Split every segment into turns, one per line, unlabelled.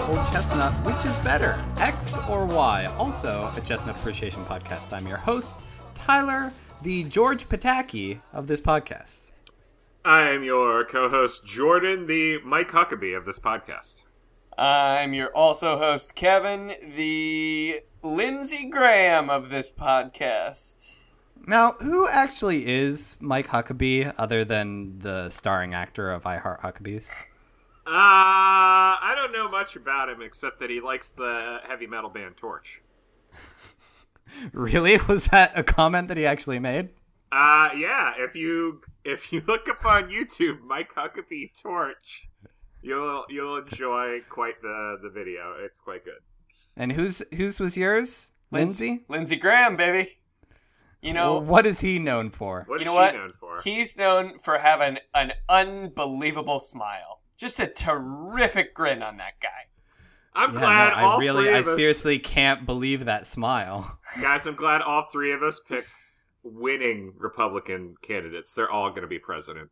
uh, which is better, X or Y? Also, a Chestnut Appreciation Podcast. I'm your host, Tyler, the George Pataki of this podcast.
I'm your co-host Jordan, the Mike Huckabee of this podcast.
I'm your also host, Kevin, the Lindsey Graham of this podcast.
Now, who actually is Mike Huckabee other than the starring actor of I Heart Huckabees?
Uh, I don't know much about him except that he likes the heavy metal band Torch.
really? Was that a comment that he actually made?
Uh, yeah. If you if you look up on YouTube, Mike Huckabee Torch, you'll you'll enjoy quite the the video. It's quite good.
And whose whose was yours? Lindsay?
Lindsey Graham, baby. You know,
Well, what is he known for?
What
you
is
know
she
what?
known for?
He's known for having an unbelievable smile. Just a terrific grin on that guy.
I'm
Yeah,
glad
no,
all
I really,
three
I
of us,
seriously can't believe that smile.
guys. I'm glad all three of us picked winning Republican candidates. They're all going to be president.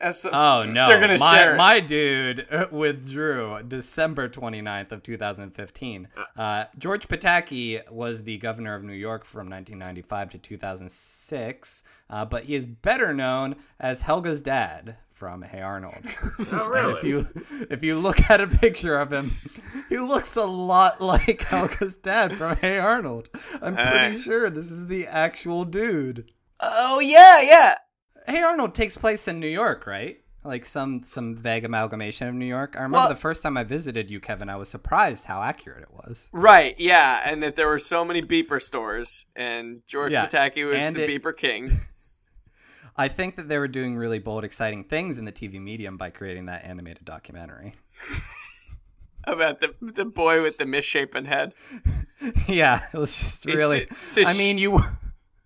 That's a-
Oh no,
They're gonna
my
share it.
my dude uh, withdrew December 29th of 2015. Uh, George Pataki was the governor of New York from 1995 to 2006, uh, but he is better known as Helga's dad from Hey Arnold.
Oh,
if
really?
you if you look at a picture of him, he looks a lot like Helga's dad from Hey Arnold. I'm pretty
Uh.
sure this is the actual dude.
oh yeah, yeah.
Hey Arnold takes place in New York, right? Like some some vague amalgamation of New York. I remember
Well-
the first time I visited you, Kevin. I was surprised how accurate it was.
Right, yeah, and that there were so many beeper stores, and George
Yeah,
Pataki was
and
the
it-
beeper king.
I think that they were doing really bold, exciting things in the TV medium by creating that animated documentary.
about the the boy with the misshapen head.
yeah, it was just
It's-
really.
it's a
I
sh-
mean, you.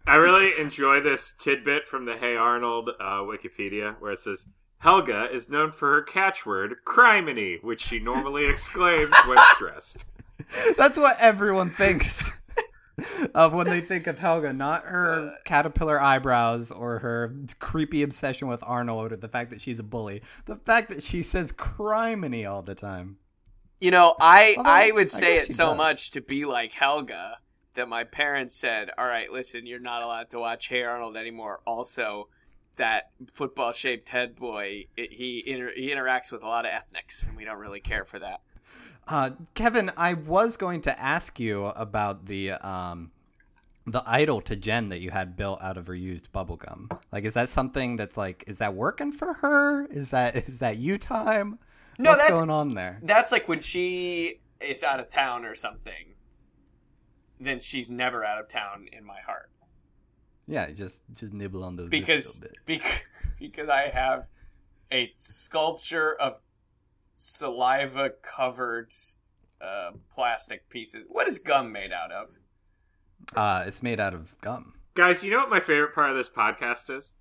I really enjoy this tidbit from the Hey Arnold uh, Wikipedia where it says Helga is known for her catchword "criminy," which she normally exclaims when stressed.
That's what everyone thinks of when they think of Helga, not
Uh,
her caterpillar eyebrows or her creepy obsession with Arnold or the fact that she's a bully. The fact that she says criminy all the time.
You know, I
Although,
I would
I
say
guess
it
she
so
does.
much to be like Helga that my parents said, "All right, listen, you're not allowed to watch Hey Arnold anymore." Also, that football-shaped head boy, it, he inter- he interacts with a lot of ethnics, and we don't really care for that.
Uh, Kevin, I was going to ask you about the um, the idol to Jen that you had built out of reused bubblegum. Like, is that something that's like, is that working for her? Is that is that you time?
No,
What's
that's-
going on there.
That's like when she is out of town or something. Then she's never out of town in my heart.
Yeah, just just nibble on those bits a
because
little bit.
bec- because I have a sculpture of saliva covered uh, plastic pieces. What is gum made out of?
Uh, it's made out of gum.
Guys, you know what my favorite part of this podcast is?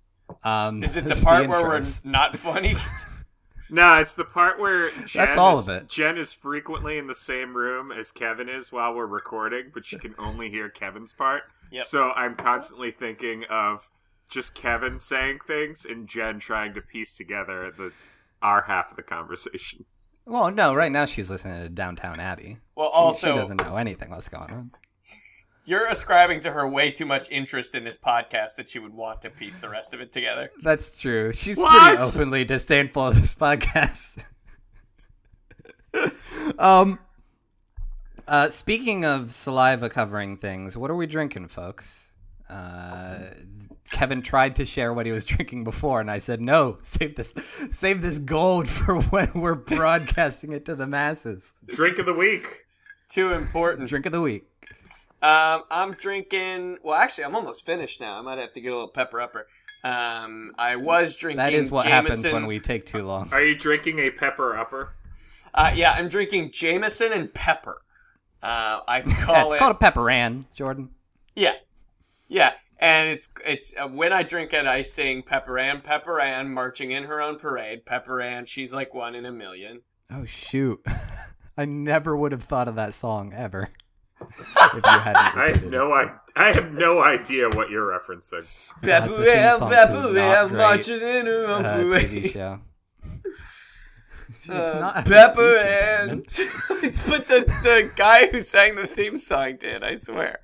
Um,
Is it the
it's
part where we're
intros.
not funny?
No, it's the part where Jen
all
is,
of it.
Jen is frequently in the same room as Kevin is while we're recording, but she can only hear Kevin's part.
Yep.
So I'm constantly thinking of just Kevin saying things and Jen trying to piece together the our half of the conversation.
Well, no, right now she's listening to Downtown Abbey.
well,
she
also
doesn't know anything what's going on.
you're ascribing to her way too much interest in this podcast that she would want to piece the rest of it together.
That's true. She's
What?
pretty openly disdainful of this podcast. um, uh, speaking of saliva covering things, what are we drinking, folks? Uh, Kevin tried to share what he was drinking before, and I said, "No, save this, save this gold for when we're broadcasting it to the masses."
Drink of the week.
Too important.
Drink of the week.
Um, I'm drinking. Well, actually, I'm almost finished now. I might have to get a little pepper upper. Um, I was drinking.
That is what happens
Jameson-
when we take too long.
Are you drinking a pepper upper?
Uh, yeah, I'm drinking Jameson and pepper. Uh, I
Yeah,
call
it's
it.
called a pepperan, Jordan.
yeah, yeah, and it's it's uh, when I drink it, I sing Pepper Ann, Pepper Ann, marching in her own parade. Pepper Ann, she's like one in a million.
Oh shoot! I never would have thought of that song ever. if you hadn't,
I have
repeated
no I I have no idea what you're referencing. Uh,
That's the
Pepper
theme song to not
Ann, Pepper Ann,
great,
marching in her
it.
own
Uh,
parade.
TV show. She's
Uh,
not
Pepper
speech
and
impediment.
but the, the guy who sang the theme song did. I swear,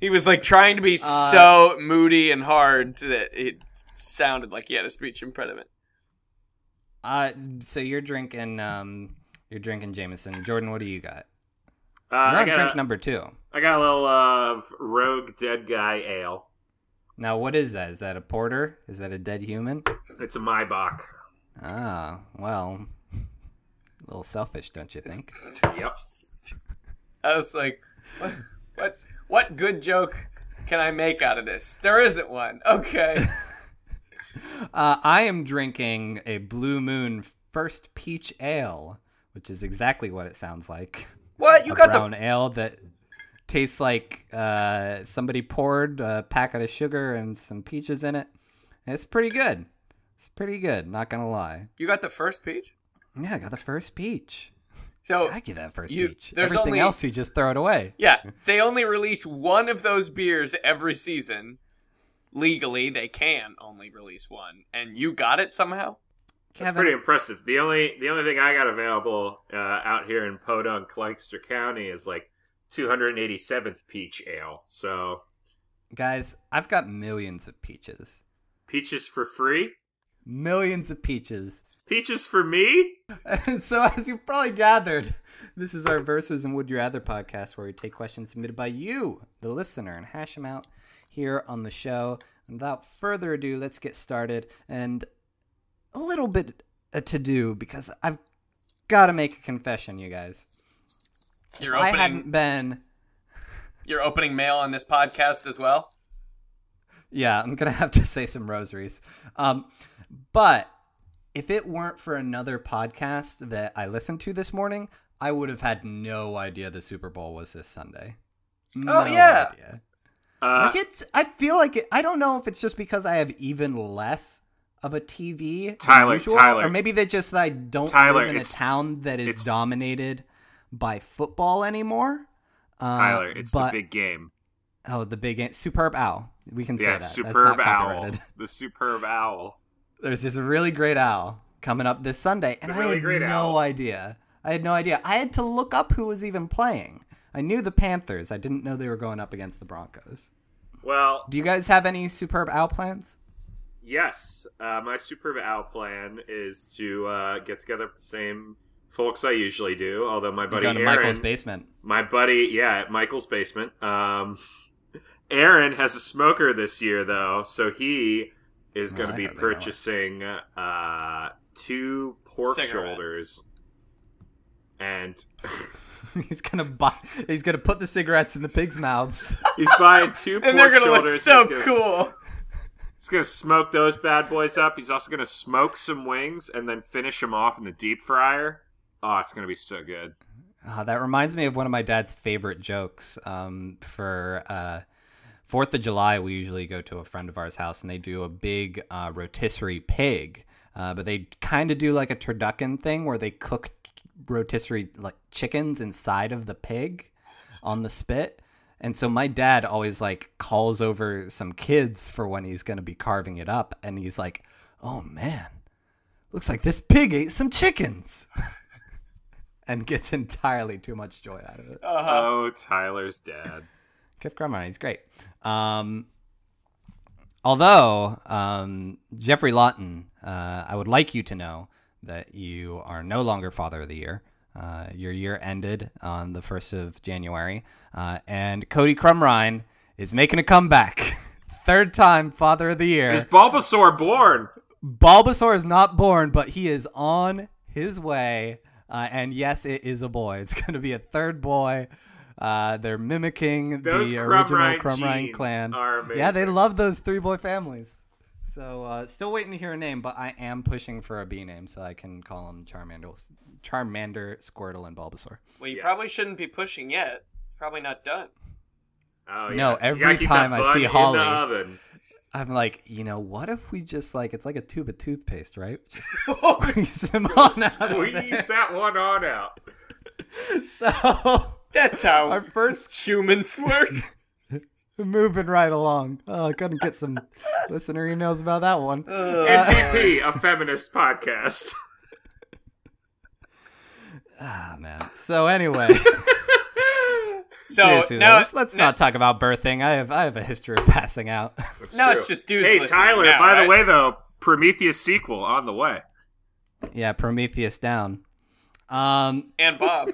he was like trying to be
Uh,
so moody and hard that it sounded like he had a speech impediment.
Uh, so you're drinking, um, you're drinking Jameson. Jordan, what do you got?
Uh,
You're
I,
on drink
got a,
number two.
I got a little uh, rogue dead guy ale.
Now, what is that? Is that a porter? Is that a dead human?
It's a Maybach.
Ah, well, a little selfish, don't you think?
Yep.
I was like, what, what, what good joke can I make out of this? There isn't one. Okay.
Uh, I am drinking a Blue Moon First Peach Ale, which is exactly what it sounds like.
What you
a
got
brown ale that tastes like uh, somebody poured a packet of sugar and some peaches in it. And It's pretty good. It's pretty good. Not gonna lie.
the you got the first peach.
Yeah, I got the first peach.
So
I get that first
you-
peach.
there's
Everything
only-
else you just throw it away.
Yeah, they only release one of those beers every season. Legally, they can only release one, and you got it somehow.
That's
Kevin,
pretty impressive. The only the only thing I got available uh, out here in Podunk, Lancaster County, is like 287th peach ale. So
guys, I've got millions of peaches.
peaches for free.
Millions of peaches.
Peaches for me?
And so, as you probably gathered, this is our Versus and Would You Rather podcast where we take questions submitted by you, the listener, and hash them out here on the show. And without further ado, let's get started. And a little bit uh, to do because I've got to make a confession, you guys.
You're
I haven't
opening
been.
you're opening mail on this podcast as well.
Yeah, I'm going to have to say some rosaries. Um, but if it weren't for another podcast that I listened to this morning, I would have had no idea the Super Bowl was this Sunday.
Oh, yeah.
idea.
Uh,
Like it's I feel like it I don't know if it's just because I have even less of a TV than
Tyler,
usual,
Tyler.
or maybe they just I don't
Tyler,
live in a
it's-
town that is
it's-
dominated by football anymore. Uh,
Tyler, it's
but,
the big game.
oh the big superb owl. We can say
Yeah,
that. That's
superb
not
owl.
copyrighted.
The superb owl.
there's this really great owl coming up this Sunday, and
The
I
really
had
great
no
owl.
idea. I had no idea. I had to look up who was even playing. I knew the Panthers. I didn't know they were going up against the Broncos.
Well,
Do you guys have any superb owl plans?
yes. Uh, my superb owl plan is to uh, get together with the same folks I usually do. Although my
You're
buddy
going to
Aaron,
Michael's basement.
my buddy, yeah, at Michael's basement. Um, Aaron has a smoker this year though, so he is
Oh,
going to
I hardly
be
know it.
purchasing uh, two pork
Cigarettes.
shoulders and
he's gonna buy. He's gonna put the cigarettes in the pigs' mouths.
He's buying two pork
And they're gonna look
shoulders.
so
He's gonna-
cool.
He's gonna smoke those bad boys up. He's also gonna smoke some wings and then finish them off in the deep fryer. Oh, it's gonna be so good.
Ah, that reminds me of one of my dad's favorite jokes. Um, for uh, Fourth of July, we usually go to a friend of ours' house, and they do a big uh, rotisserie pig. Uh, but they kind of do like a turducken thing where they cook rotisserie like chickens inside of the pig on the spit. And so my dad always like calls over some kids for when he's going to be carving it up, and he's like, "Oh man, looks like this pig ate some chickens." and gets entirely too much joy out of it.
Uh-huh.
Oh, Tyler's dad.
Kev Grumman, he's great. Um, although um, Jeffrey Lawton, uh, I would like you to know that you are no longer Father of the Year. Uh, your year ended on the first of January, uh, and Cody Crumrine is making a comeback. Third time Father of the Year.
Is Bulbasaur born?
Bulbasaur is not born, but he is on his way. Uh, and yes, it is a boy. It's going to be a third boy. Uh, they're mimicking
Those
the
Crumb
original
Ryan
Crumb Ryan
genes
clan.
are
yeah, they
amazing.
love those three boy families. So, uh, still waiting to hear a name, but I am pushing for a B name so I can call him Charmander, Charmander, Squirtle, and Bulbasaur.
well, you
yes.
probably shouldn't be pushing yet. It's probably not done.
Oh, yeah.
No,
You gotta
every
keep
time
that
I
bun
see
in the
Holly-
oven.
I'm like, you know, what if we just like it's like a tube of toothpaste, right? Just
oh,
squeeze him on out of there.
Squeeze that one on out.
So,
that's how
our first
humans work.
moving right along. Oh, I couldn't get some listener emails about that one.
Uh,
MVP, a feminist podcast.
Ah, man. So anyway.
So
Seriously, though,
now,
let's, let's not talk about birthing. I have I have a history of passing out.
That's
No,
true.
it's just dudes
Hey,
listening
Tyler.
now,
by
right?
the way, though, Prometheus sequel on the way.
yeah, Prometheus down. Um,
and Bob.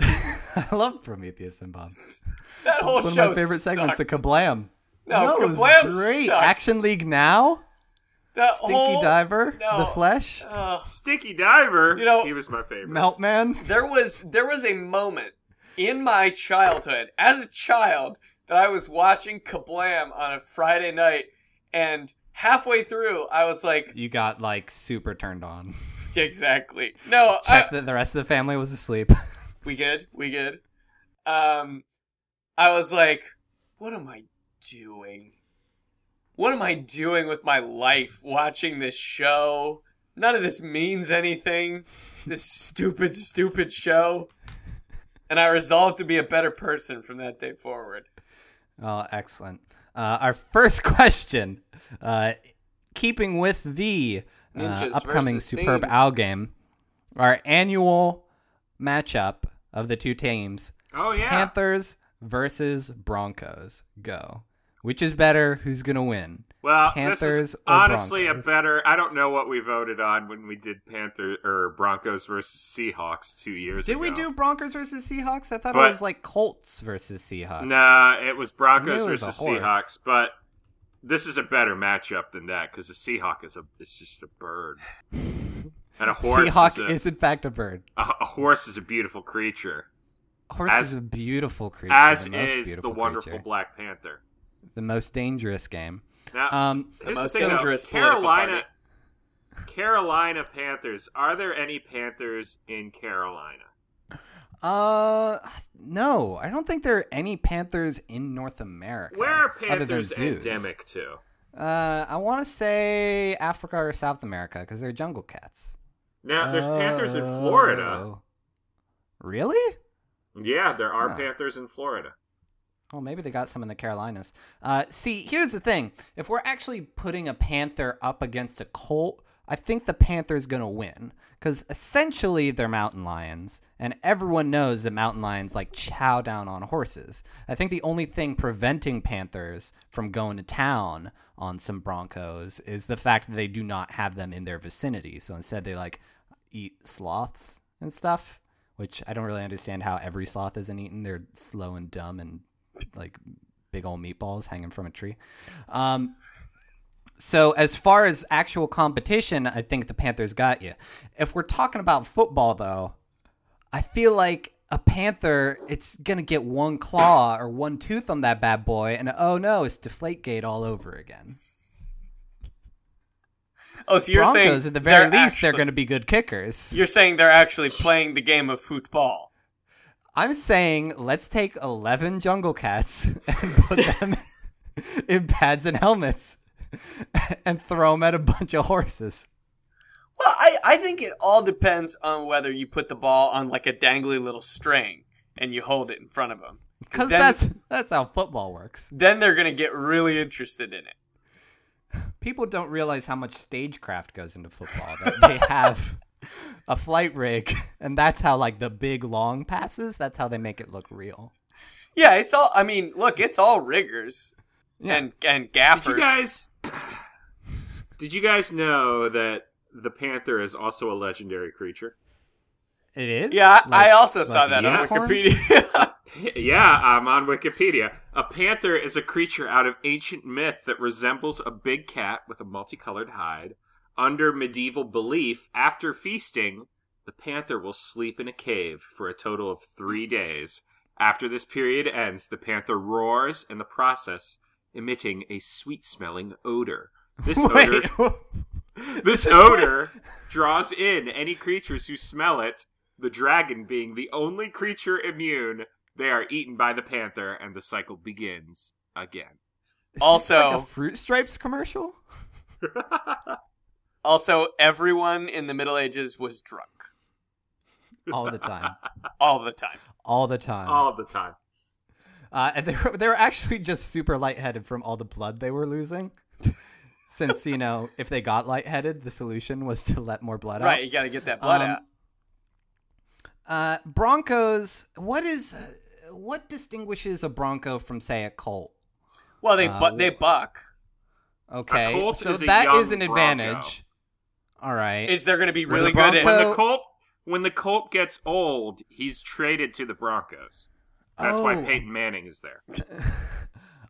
I love Prometheus and Bob.
That whole
It's one of
show.
my favorite segments
sucked.
of Kablam.
No,
That was
Kablam
great.
sucked.
Action League now.
That
Stinky
whole-
Diver.
no. Uh.
The Flesh.
Ugh.
Stinky Diver.
You know-
he was my favorite.
Meltman.
there was there was a moment in my childhood as a child that I was watching Kablam on a Friday night, and halfway through I was like,
You got like super turned on.
exactly. No, I,
Check that the rest of the family was asleep.
we good, we good. Um, I was like, what am I doing? What am I doing with my life watching this show? None of this means anything. This stupid, stupid show. And I resolved to be a better person from that day forward.
Oh, excellent. Uh, our first question, uh, keeping with the uh,
Ninjas
upcoming
versus
Superb
theme.
Owl game, our annual matchup of the two teams
Oh yeah.
Panthers versus Broncos. Go. Which is better? Who's going to win?
well, this
Panthers
is
or
honestly a
Broncos?
better. I don't know what we voted on when we did Panther or Broncos versus Seahawks two years
Did
ago.
we do Broncos versus Seahawks? I thought
But-
it was like Colts versus Seahawks.
Nah, it was Broncos
I knew it was a
versus
horse.
Seahawks, but this is a better matchup than that because the Seahawk is a it's just a bird, and a horse
Seahawk
is, a,
is in fact a bird.
a, a horse is a beautiful creature,
Horse
As-
is a beautiful creature.
as
the most
is the
beautiful
wonderful
creature.
Black Panther.
the most dangerous game.
Now,
Um,
here's
most
thing, though.
dangerous political
Carolina. Carolina Panthers. Are there any Panthers in Carolina?
Uh, no, I don't think there are any panthers in North America.
Where are
other than
Panthers
zoos.
endemic to?
Uh, I want to say Africa or South America because they're jungle cats.
Now, there's Panthers in Florida.
Oh. Really?
Yeah, there are
Huh.
Panthers in Florida.
Oh, maybe they got some in the Carolinas. Uh, see, here's the thing: if we're actually putting a panther up against a colt, I think the panther's gonna win because essentially they're mountain lions, and everyone knows that mountain lions like chow down on horses. I think the only thing preventing panthers from going to town on some broncos is the fact that they do not have them in their vicinity. So instead, they like eat sloths and stuff, which I don't really understand how every sloth isn't eaten. They're slow and dumb and like big old meatballs hanging from a tree. Um, so as far as actual competition, I think the Panthers got you. If we're talking about football, though, I feel like a panther, it's gonna get one claw or one tooth on that bad boy, and oh no, it's Deflategate all over again.
Oh, so you're
Broncos,
saying
at the very
they're
least, they're
actually-
gonna be good kickers.
You're saying they're actually playing the game of football.
I'm saying let's take 11 jungle cats and put them in pads and helmets and throw them at a bunch of horses.
Well, I, I think it all depends on whether you put the ball on like a dangly little string and you hold it in front of them.
Because
Then-
that's, that's how football works.
Then they're going to get really interested in it.
People don't realize how much stagecraft goes into football. That they have a flight rig, and that's how, like, the big long passes, that's how they make it look real.
Yeah, it's all. I mean, look, it's all riggers
Yeah.
and and
Did you
gaffers.
guys? Did you guys know that the panther is also a legendary creature?
It is?
yeah,
Like-
I also saw
like
that
a
on
unicorn?
Wikipedia.
Yeah, I'm on Wikipedia. A panther is a creature out of ancient myth that resembles a big cat with a multicolored hide. Under medieval belief, after feasting, the panther will sleep in a cave for a total of three days. After this period ends, the panther roars in the process, emitting a sweet smelling odor. This odor
Wait,
This odor draws in any creatures who smell it, the dragon being the only creature immune. They are eaten by the panther, and the cycle begins again.
is this
Also-
like a Fruit Stripes commercial?
also, everyone in the Middle Ages was drunk
All the time.
all the time.
All the
Um,
time.
All the time.
Uh, and they were, they were actually just super lightheaded from all the blood they were losing. Since, you know, if they uh, got lightheaded, the solution was to let more blood out.
Right, you got to get that blood
Um,
out.
Uh, Broncos. What is uh, what distinguishes a Bronco from say a Colt?
Well, they
Uh,
bu- they buck.
Okay,
A Colt
so
is a
that
young
is an
Bronco.
advantage. All right.
Is they're going to be
Was
really
it
good at?
Bronco?
When
So-
the Colt when the Colt gets old, he's traded to the Broncos. That's why
Oh.
Peyton Manning is there.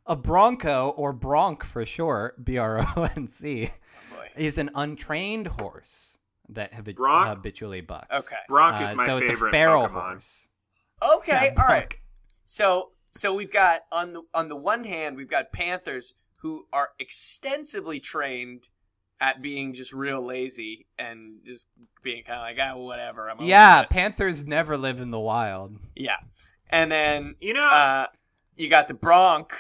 a Bronco or Bronc for short, B R O N C,
Boy.
is an untrained horse that habi-
Bronc?
habitually bucks.
Okay.
Bronc is
Uh,
my
so it's a
favorite
feral
Pokemon.
horse.
Okay,
Yeah,
all right.
Bronc.
So so we've got on the on the one hand we've got Panthers who are extensively trained at being just real lazy and just being kind of like ah whatever I'm over
Yeah,
it."
panthers never live in the wild.
yeah and then
You know,
uh you got the Bronc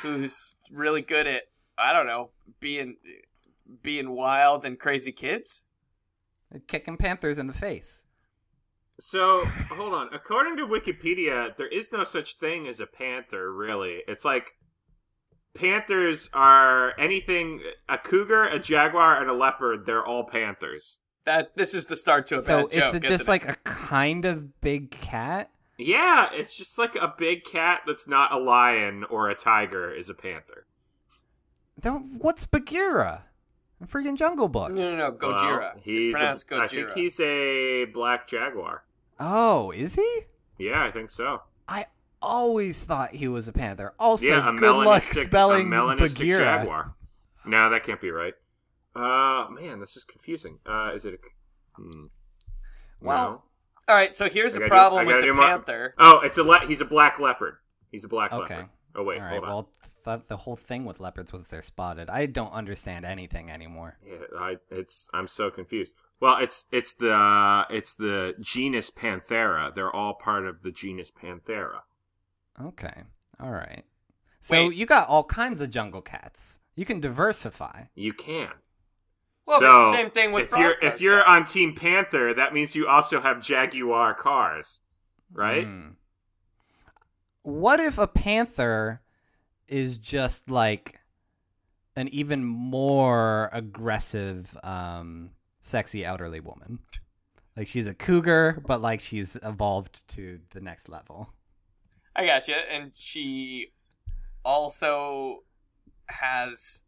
who's really good at I don't know being being wild and crazy kids
They're kicking panthers in the face.
so hold on. According to Wikipedia, there is no such thing as a panther, really. It's like panthers are anything a cougar, a jaguar, and a leopard, they're all panthers.
that this is the start to a
So
bad
it's
joke
a-
isn't
just
it?
like a kind of big cat.
Yeah, it's just like a big cat that's not a lion or a tiger is a panther.
Then what's Bagheera? A freaking Jungle Book.
no no no
Well,
Gojira it's
he's a-
pronounced Gojira
I think he's a black jaguar.
Oh, is he?
Yeah, I think so.
I always thought he was a panther. Also,
yeah, a
good luck
melanistic,
spelling
a melanistic
Bagheera.
jaguar. No, that can't be right. Uh, man, this is confusing. Uh, is it? A, hmm.
Well,
No.
all right so here's
I
a
gotta do- I
problem
gotta
with the
do more-
panther
Oh, it's a le- he's a black leopard. He's a black
Okay.
leopard. Oh wait,
All right.
hold on.
Well, th- the whole thing with leopards was they're spotted. I don't understand anything anymore.
Yeah, I, it's I'm so confused. Well, it's it's the uh, it's the genus Panthera. They're all part of the genus Panthera.
Okay. All right. So
Wait.
you got all kinds of jungle cats. You can diversify.
You can.
Well,
so
but same thing with
if you're
Broncos,
if you're
though.
on Team Panther, that means you also have Jaguar cars, right?
Hmm. What if a panther is just like an even more aggressive, um, sexy elderly woman? Like she's a cougar, but like she's evolved to the next level.
I got you. And she also has.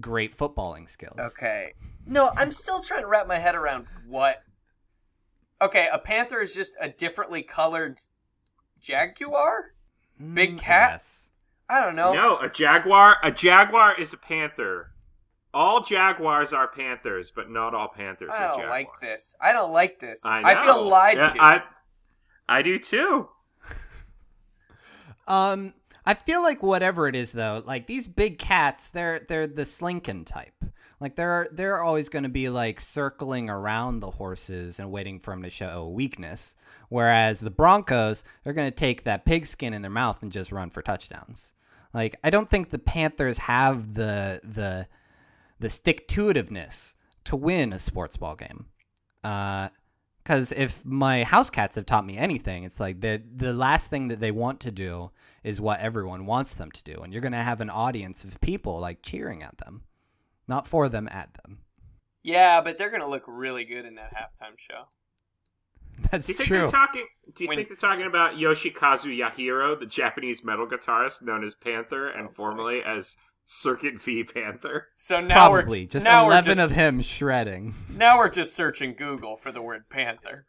Great footballing skills.
Okay. No, I'm still trying to wrap my head around what. Okay, a panther is just a differently colored jaguar.
Mm,
Big
I
cat?
guess.
I don't know.
No, a jaguar. A jaguar is a panther. All jaguars are panthers, but not all panthers.
I
are
don't
jaguars.
like this. I don't like this.
I,
I, feel
know.
lied
Yeah,
to.
I, I do too.
Um, I feel like whatever it is though, like these big cats, they're they're the slinking type. Like they're they're always going to be like circling around the horses and waiting for them to show weakness. Whereas the Broncos, they're going to take that pigskin in their mouth and just run for touchdowns. Like I don't think the Panthers have the the the stick to itiveness to win a sports ball game. Uh, because if my house cats have taught me anything, it's like the the last thing that they want to do is what everyone wants them to do, and you're gonna have an audience of people like cheering at them, not for them, at them.
Yeah, but they're going to look really good in that halftime show.
That's
Do you think
true.
they're talking? Do you
When-
think they're talking about Yoshikazu Yahiro, the Japanese metal guitarist known as Panther and formerly as Circuit V Panther?
So now
Probably
we're
just
now we're
eleven
just,
of him shredding.
Now we're just searching Google for the word panther.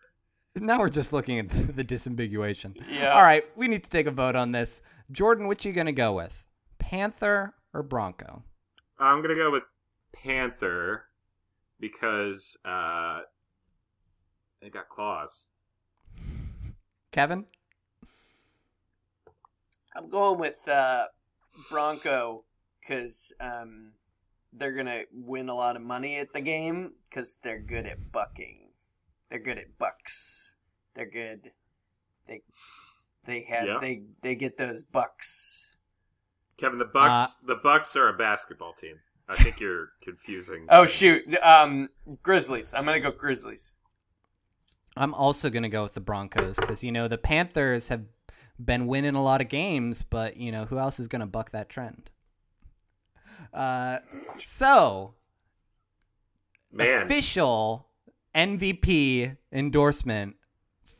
Now we're just looking at the disambiguation.
Yeah.
All right, we need to take a vote on this. Jordan, which you gonna go with, Panther or Bronco?
I'm gonna go with Panther because uh, they got claws.
Kevin,
I'm going with uh, Bronco because um, they're gonna win a lot of money at the game because they're good at bucking. They're good at bucks. They're good. They they have
Yeah.
they they get those bucks.
Kevin,
Uh,
the Bucks. the Bucks are a basketball team. I think you're confusing.
Oh
things.
shoot, um, Grizzlies. I'm gonna go Grizzlies.
I'm also gonna go with the Broncos because you know the Panthers have been winning a lot of games, but you know who else is gonna buck that trend? Uh, so
man!
official MVP endorsement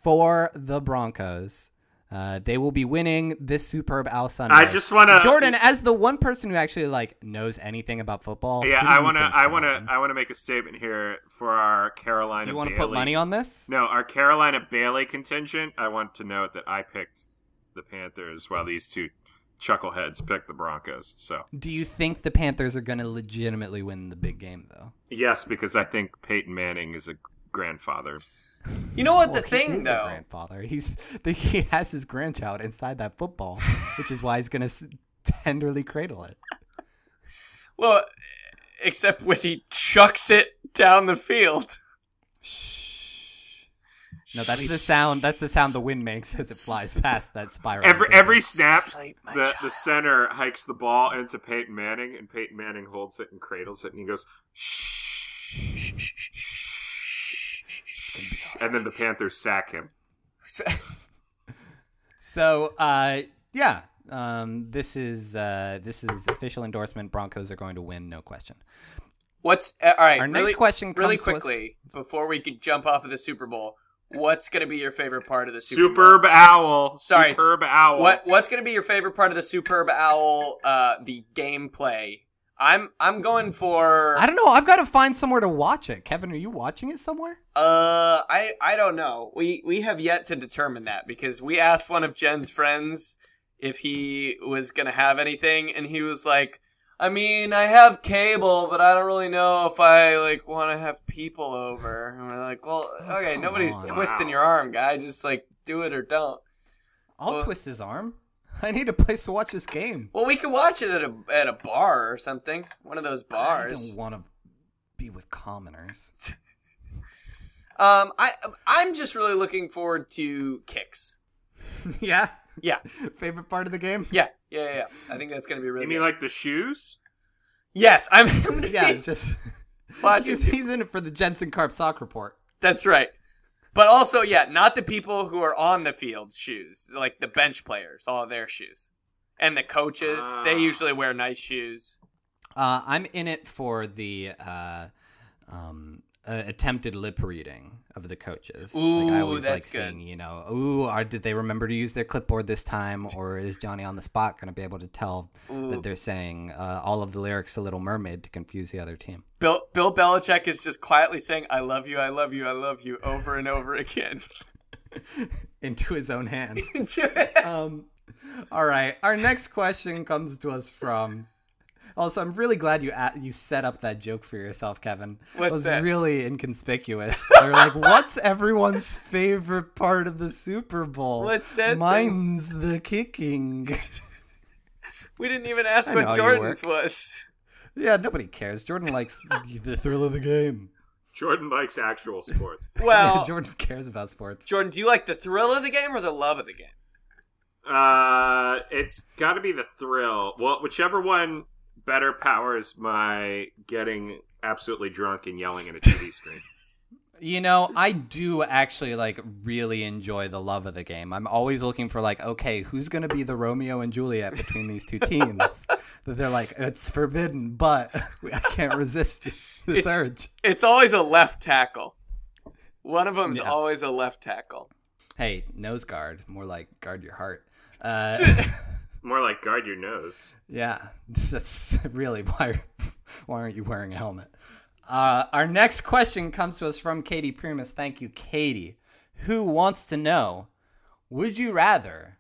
for the Broncos. Uh, they will be winning this superb Al Sunday.
I just want to
Jordan, as the one person who actually like knows anything about football.
Yeah,
who do
I
you
want to.
think's
I
gonna
want to.
win?
I want to make a statement here for our Carolina.
Do you
want to
put money on this?
No, our Carolina Bailey contingent. I want to note that I picked the Panthers while these two chuckleheads picked the Broncos. So
Do you think the Panthers are going to legitimately win the big game though?
yes, because I think Peyton Manning is a grandfather.
Oh,
You know what
Well,
the
he is
thing
a
though?
grandfather. He's the, he has his grandchild inside that football, which is why he's going to tenderly cradle it.
Well, except when he chucks it down the field.
Shh. No, that's the sound. That's the sound the wind makes as it flies past that spiral.
Every every snap,
Slate, my
the the
child.
center hikes the ball into Peyton Manning, and Peyton Manning holds it and cradles it, and he goes shh, and then the Panthers sack him.
So, uh, yeah, um, this is uh, this is official endorsement. Broncos are going to win, no question.
What's uh, all right?
Our next
really,
question comes
really
to us-
quickly before we could jump off of the Super Bowl. What's going to be your favorite part of the Super Bowl?
Superb owl.
Sorry,
Superb owl.
What What's going to be your favorite part of the Superb Owl? Uh, the gameplay. I'm I'm going for.
I don't know. I've got to find somewhere to watch it. Kevin, are you watching it somewhere?
Uh, I I don't know. We we have yet to determine that because we asked one of Jen's friends if he was gonna have anything, and he was like, "I mean, I have cable, but I don't really know if I like want to have people over." And we're like, "Well,
Oh,
okay,
come
nobody's
on.
twisting
Wow.
your arm, guy. Just like do it or don't."
I'll
Well-
twist his arm. I need a place to watch this game.
Well, we could watch it at a at a bar or something, one of those
I
bars.
don't want to be with commoners.
Um, I I'm just really looking forward to kicks.
yeah.
Yeah.
Favorite part of the game?
Yeah, yeah, yeah. yeah. I think that's gonna be really.
You mean
good.
like the shoes?
Yes, I'm. I'm gonna
Yeah,
be-
just
Watch
he's,
it.
he's in it for the Jensen Carp sock report.
that's right. But also, yeah, not the people who are on the field's shoes, like the bench players, all their shoes, and the coaches.
Ah.
They usually wear nice shoes.
Uh, I'm in it for the uh, um, uh, attempted lip reading of the coaches. like I
Ooh,
always
that's
like
good.
seeing, you know, ooh, are, did they remember to use their clipboard this time, or is Johnny on the spot going to be able to tell
Ooh.
that they're saying uh, all of the lyrics to Little Mermaid to confuse the other team?
Bill Bill Belichick is just quietly saying, "I love you, I love you, I love you" over and over again.
Into his own hands. um, all right. Our next question comes to us from. Also, I'm really glad you a you set up that joke for yourself, Kevin. it
What's
was
that?
really inconspicuous. They're like, "What's everyone's favorite part of the Super Bowl?"
What's that
Mine's the kicking.
we didn't even ask
I know
what
how you
Jordan's was.
yeah, nobody cares. Jordan likes the thrill of the game.
Jordan likes actual sports.
Well,
Jordan cares about sports.
Jordan, do you like the thrill of the game or the love of the game?
Uh, it's got to be the thrill. Well, whichever one better powers my getting absolutely drunk and yelling at a TV screen.
You know, I do actually like really enjoy the love of the game. I'm always looking for like, okay, who's going to be the Romeo and Juliet between these two teams? That they're like, it's forbidden, but I can't resist this
It's-
urge.
It's always a left tackle. One of them's
Yeah.
always a left tackle.
Hey, nose guard, more like guard your heart. Uh,
More like guard your nose.
yeah, that's really why. Why aren't you wearing a helmet? Uh, our next question comes to us from Katie Primus. Thank you, Katie, who wants to know: Would you rather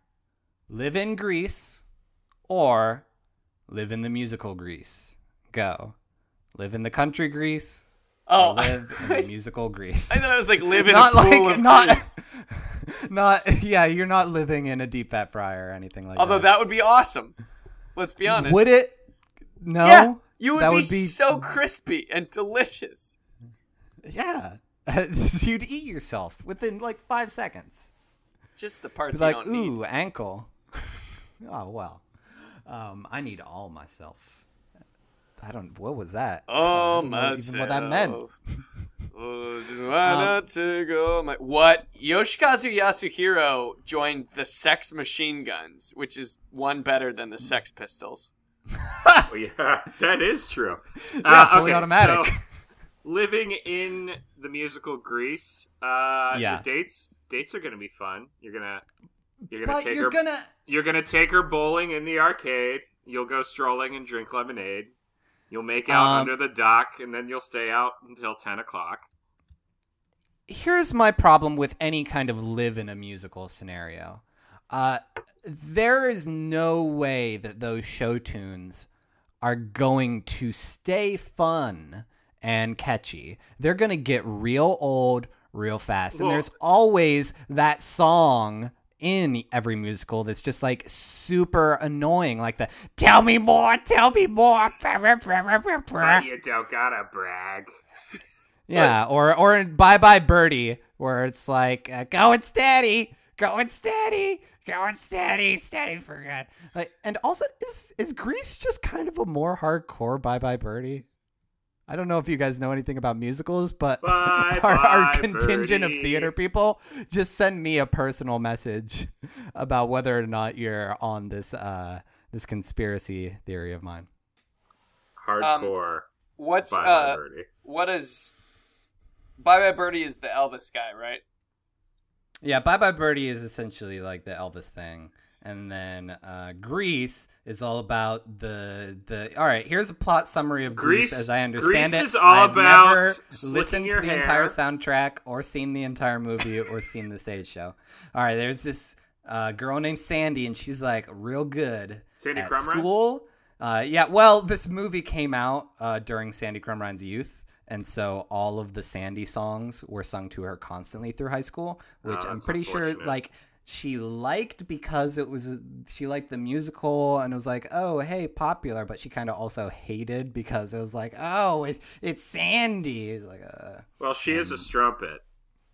live in Greece or live in the musical Greece? Go, live in the country Greece. or
Oh,
live in the musical Greece.
And then I was like, live in
Not
a pool
like
of
not,
Greece.
not yeah. You're not living in a deep fat fryer or anything like
Although
that.
that would be awesome. Let's be honest.
would it? No.
Yeah, you would,
that
be,
would be
so crispy and delicious.
Yeah. You'd eat yourself within like five seconds.
Just the parts
It's
you
like,
don't need.
ooh, ankle. oh well. Um, I need all myself. I don't. What was that?
Oh,
don't know even what that meant. Um,
myself. Oh, do I not take all my- What? Yoshikazu Yasuhiro joined the Sex Machine Guns, which is one better than the Sex Pistols.
Well, yeah, that is true. Uh,
Yeah, fully automatic.
Ah, so living in the musical Greece. Uh,
Yeah.
your dates dates are gonna be fun. You're gonna you're gonna
But
take
you're
her
gonna
you're gonna take her bowling in the arcade. You'll go strolling and drink lemonade. You'll make out
Um,
under the dock, and then you'll stay out until ten o'clock.
here's my problem with any kind of live in a musical scenario. Uh, there is no way that those show tunes are going to stay fun and catchy. They're going to get real old real fast.
Well-
and there's always that song in every musical that's just like super annoying like the tell me more tell me more
But you don't gotta brag.
Yeah, or or in Bye Bye Birdie, where it's like uh, going steady, going steady, going steady, steady for God. Like, and also, is is Grease just kind of a more hardcore Bye Bye Birdie? I don't know if you guys know anything about musicals, but
Bye
our, our
Bye
contingent
Birdie.
of theater people just send me a personal message about whether or not you're on this uh, this conspiracy theory of mine.
Hardcore.
What's
Bye,
uh?
Birdie.
What is? Bye bye Birdie is the Elvis guy, right?
Yeah, Bye Bye Birdie is essentially like the Elvis thing. And then uh, Grease is all about the the. All right, here's a plot summary of Grease,
Grease-
as I understand
Grease
it.
is all
I've
about
never
slicking
listened
your
to the entire
hair.
soundtrack or seen the entire movie or seen the stage show. All right, there's this uh, girl named Sandy, and she's like real good
Sandy
at
Crumrine?
school. Uh, yeah, well, this movie came out uh, during Sandy Crumrine's youth, and so all of the Sandy songs were sung to her constantly through high school, which
Oh,
I'm
that's
pretty sure
unfortunate.
like she liked because it was she liked the musical and it was like oh hey popular but she kind of also hated because it was like oh it's it's sandy it's like uh
Well, she is a strumpet.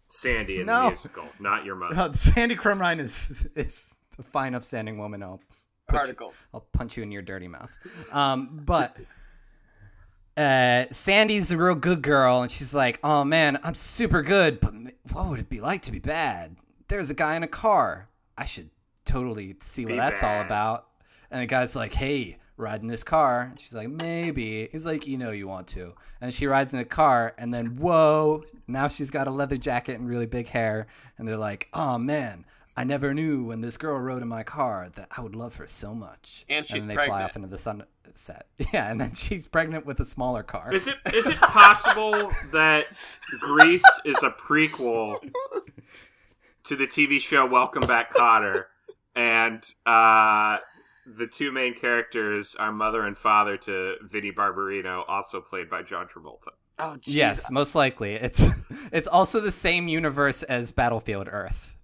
Sandy in the
No.
musical, not your mother.
well, sandy crumrine is is a fine upstanding woman i'll
Particle.
I'll punch you in your dirty mouth. Um, but uh, Sandy's a real good girl, and she's like, "Oh man, I'm super good, but m- what would it be like to be bad? There's a guy in a car. I should totally see what
Be
that's all
bad.
about." And the guy's like, "Hey, ride in this car." And she's like, "Maybe." He's like, "You know you want to." And she rides in the car, and then whoa, now she's got a leather jacket and really big hair, and they're like, "Oh man." I never knew when this girl rode in my car that I would love her so much.
And she's
then they fly
pregnant.
off into the sunset. Yeah, and then she's pregnant with a smaller car.
Is it is it possible that Grease is a prequel to the TV show Welcome Back, Cotter, and uh, the two main characters are mother and father to Vinnie Barbarino, also played by John Travolta.
Oh jeez.
yes, most likely. It's it's also the same universe as Battlefield Earth,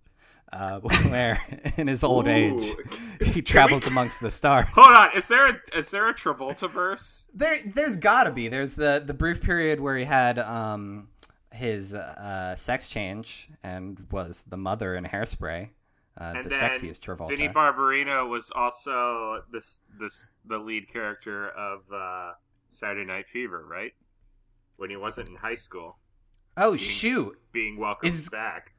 uh, where in his old
Ooh.
age he travels amongst the stars.
Hold on, is there a is there a Travolta verse?
There, there's gotta be. There's the the brief period where he had um his uh, sex change and was the mother in Hairspray, uh,
And
the
then
sexiest Travolta.
Vinnie Barbarino was also this this the lead character of uh, Saturday Night Fever, right? When he wasn't in high school,
oh shoot!
being welcomed
Is-
back.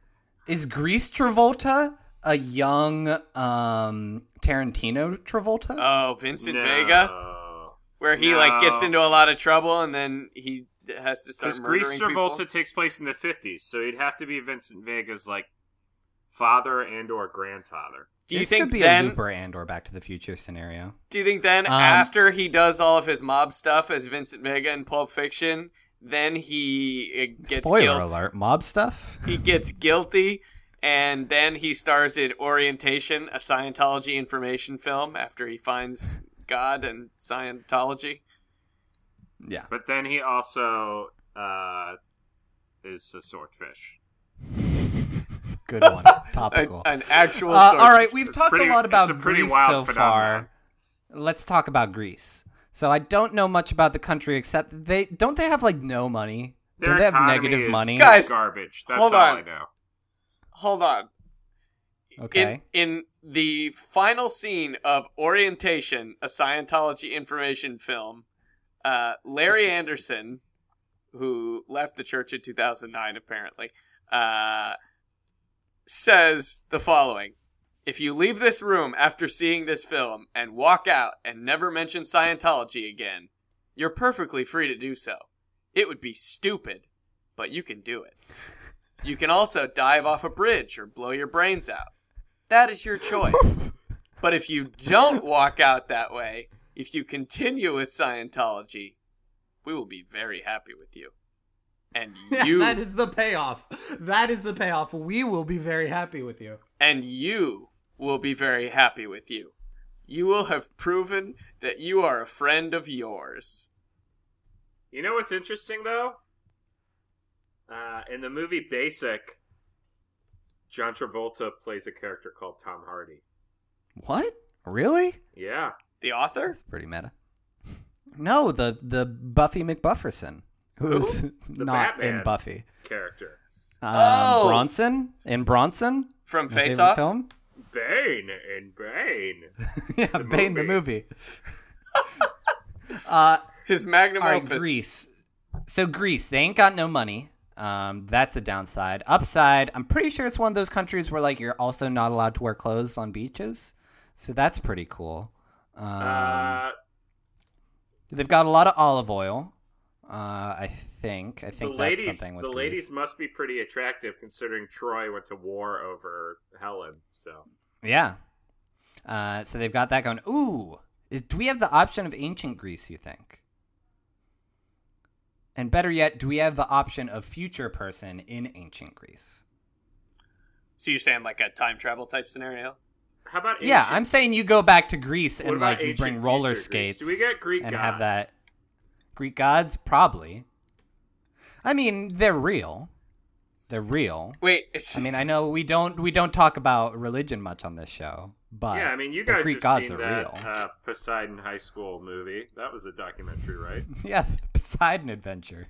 Is Grease Travolta a young um, Tarantino Travolta?
Uh,
Oh, Vincent
No.
Vega, where he like gets
No.
into a lot of trouble and then he has to start
Because
murdering
Grease
people.
Travolta takes place in the fifties, so he'd have to be Vincent Vega's like father and or grandfather.
Do you
this
think
could be
then?
a Looper and or Back to the Future scenario?
Do you think then
Um,
after he does all of his mob stuff as Vincent Vega in Pulp Fiction, then he uh, gets
Spoiler
guilty.
alert: mob stuff.
He gets guilty, and then he stars in Orientation, a Scientology information film. After he finds God and Scientology,
Yeah,
But then he also uh, is a swordfish.
good one.
A-
Topical.
an actual.
Uh,
sort-
all right, we've
It's
talked
pretty-
a lot about
it's a pretty
Greece so
wild phenomenon.
far. Let's talk about Greece. So I don't know much about the country except that they don't they have like no money. Do
Their
they have
economy
negative
is
money?
Guys,
garbage. That's
hold
all
on.
I know.
Hold on.
Okay.
In, in the final scene of Orientation, a Scientology information film, uh, Larry Anderson, who left the church in 2009, apparently, uh, says the following If you leave this room after seeing this film and walk out and never mention Scientology again, you're perfectly free to do so. It would be stupid, but you can do it. You can also dive off a bridge or blow your brains out. That is your choice. But if you don't walk out that way, if you continue with Scientology, we will be very happy with you. And you
that is the payoff. That is the payoff. We will be very happy with you.
and you will be very happy with you. You will have proven that you are a friend of yours.
You know what's interesting though? Uh, in the movie Basic, John Travolta plays a character called Tom Hardy.
What? Really?
Yeah.
The author?
That's pretty meta. No, the the Buffy McBufferson, who's
The
not
Batman.
in Buffy.
Character.
Um,
Oh!
Bronson in Bronson.
From
my
Face
favorite
Off?
film.
Bane and Bane.
yeah, Bane the
movie.
movie. uh,
His magnum
all right,
opus.
Greece. So Greece, they ain't got no money. Um, that's a downside. Upside, I'm pretty sure it's one of those countries where like you're also not allowed to wear clothes on beaches. So that's pretty cool. Um,
uh,
They've got a lot of olive oil. Uh, I think. I
the
think that's
ladies,
something
the
with Greece.
ladies must be pretty attractive considering Troy went to war over Helen. So
Yeah. Uh, so they've got that going. Ooh, is, do we have the option of ancient Greece? You think? And better yet, do we have the option of future person in ancient Greece?
So you're saying like a time travel type scenario?
how about
yeah,
ancient-
I'm saying you go back to Greece
What
and
about
like you bring
ancient
roller
future Greece?
skates.
Do we get Greek
and
gods?
have that Greek gods? Probably. I mean, they're real. They're real.
Wait, it's,
I mean, I know we don't we don't talk about religion much on this show, but
yeah, I mean, you
uh, the
guys
Greek
have
gods
seen
are
that
real.
uh, Poseidon High School movie. That was a documentary, right?
yeah, the Poseidon adventure.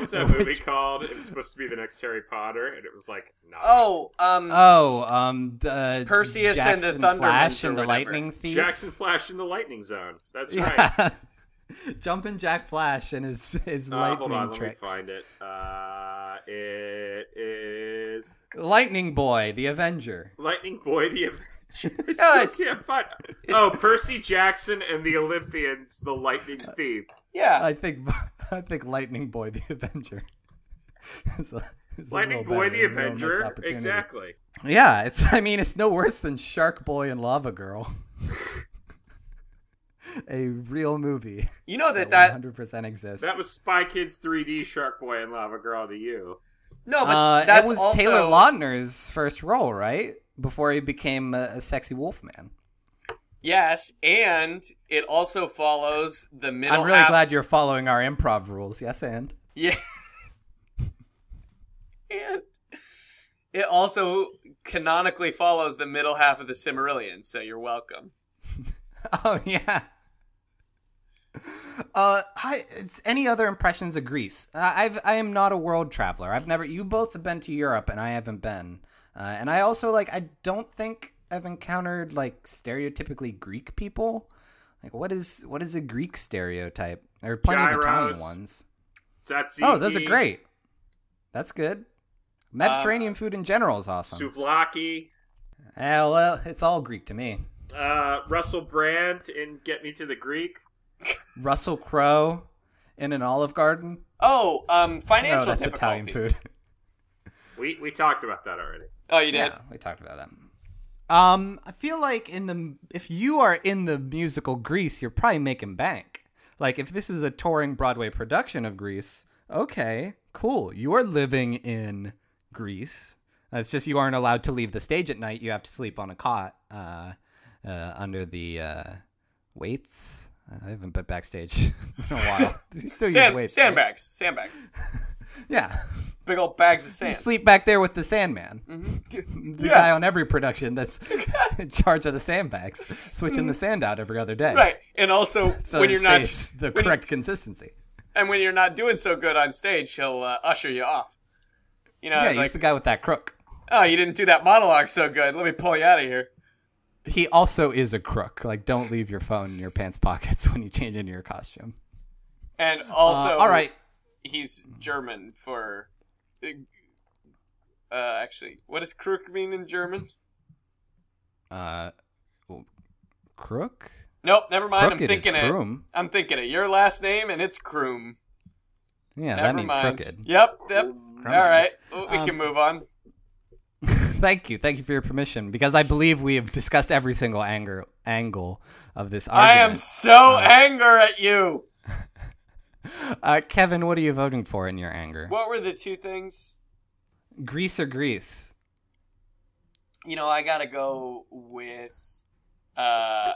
was that movie called? It was supposed to be the next Harry Potter, and it was like, not
oh, um,
Oh, um, d- uh,
Perseus and the
Jackson
Thundermans
Flash
or
and the
whatever.
Lightning Thief.
Jackson Flash in the Lightning Zone. That's right.
yeah. Jumping Jack Flash and his his
Uh,
lightning
hold on,
tricks.
let me find it. Uh, it is
Lightning Boy, the Avenger.
Lightning Boy the Avengers.
No,
I
it's-
can't find- Oh, Percy Jackson and the Olympians, the Lightning
Uh,
Thief.
yeah.
I think I think Lightning Boy, the Avenger. It's a- it's a
Lightning
little
Boy
better
the
than real missed
Avenger.
opportunity.
Exactly.
Yeah, it's. I mean, it's no worse than Shark Boy and Lava Girl. A real movie
you know that
that
that
100% exists.
That was Spy Kids 3D, Shark Boy, and Lava Girl to you.
no, but
uh,
that's
that was
also,
Taylor Lautner's first role, right? Before he became a, a sexy wolf man.
Yes, and it also follows the middle.
I'm really
half-
glad you're following our improv rules. Yes, and
Yeah. and it also canonically follows the middle half of the Cimmerillion, so you're welcome.
oh yeah. Uh, hi. It's any other impressions of Greece? Uh, I've I am not a world traveler. I've never. You both have been to Europe, and I haven't been. Uh, and I also like. I don't think I've encountered like stereotypically Greek people. Like, what is what is a Greek stereotype? There are plenty of Italian
Gyros.
ones.
Tzatziki,
Oh, those are great. That's good. Mediterranean
Uh,
food in general is awesome.
Souvlaki.
Eh, well, it's all Greek to me.
Uh, Russell Brand in Get Me to the Greek.
Russell Crowe in an Olive Garden.
Oh, um,
No,
financial
that's Italian
difficulties.
food.
We we talked about that already.
Oh, you did.
yeah, we talked about that. Um, I feel like in the if you are in the musical Grease, you're probably making bank. Like if this is a touring Broadway production of Grease, okay, cool. You are living in Grease. It's just you aren't allowed to leave the stage at night. You have to sleep on a cot uh, uh, under the uh, weights. I haven't been backstage in a while. You still use
Sand-
weights, right?
sandbags, sandbags,
Yeah,
big old bags of
you
sand.
sleep back there with the Sandman. the
Mm-hmm. Yeah.
guy on every production that's in charge of the sandbags, switching the sand out every other day.
Mm-hmm. Right, and also
So
when
it
you're not
stays the
when you-
correct consistency.
and when you're not doing so good on stage, he'll uh, usher you off. You know,
Yeah,
it's
he's
like,
the guy with that crook.
oh, you didn't do that monologue so good. Let me pull you out of here.
He also is a crook. Like, don't leave your phone in your pants pockets when you change into your costume.
And
Uh,
also,
all right.
he's German for. Uh, actually, what does Krug mean in German?
Uh, well, crook?
Nope, never mind.
Crooked
I'm
is
thinking it.
Kroom.
I'm thinking it. Your last name and it's Kroom.
Yeah,
Never
that means
mind.
crooked.
Yep. Yep. All right. Well, we
Um,
can move on.
Thank you. Thank you for your permission because I believe we have discussed every single anger angle of this
I
argument.
am so anger at you.
Uh, Kevin, what are you voting for in your anger?
What were the two things?
Grease or grease?
You know, I gotta go with uh,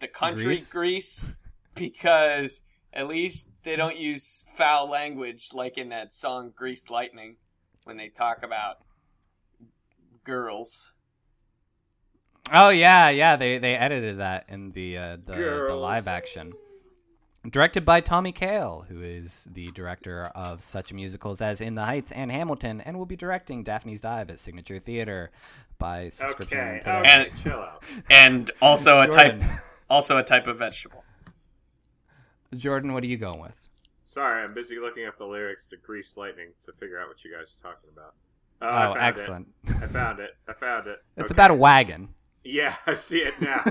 the country
Greece?
Greece? because at least they don't use foul language like in that song "Greased Lightning" when they talk about girls.
Oh yeah, yeah. They they edited that in the uh, the, the
Girls.
live action. Directed by Tommy Kail, who is the director of such musicals as In the Heights and Hamilton, and will be directing Daphne's Dive at Signature Theater by subscription
Okay,
today.
okay,
And-
chill out.
And also a
Jordan.
type, also a type of vegetable.
Jordan, what are you going with?
Sorry, I'm busy looking up the lyrics to Grease Lightning to figure out what you guys are talking about. Uh, I
oh,
found it.
excellent.
I found it. I found it.
It's
Okay.
about a wagon.
Yeah, I see it now.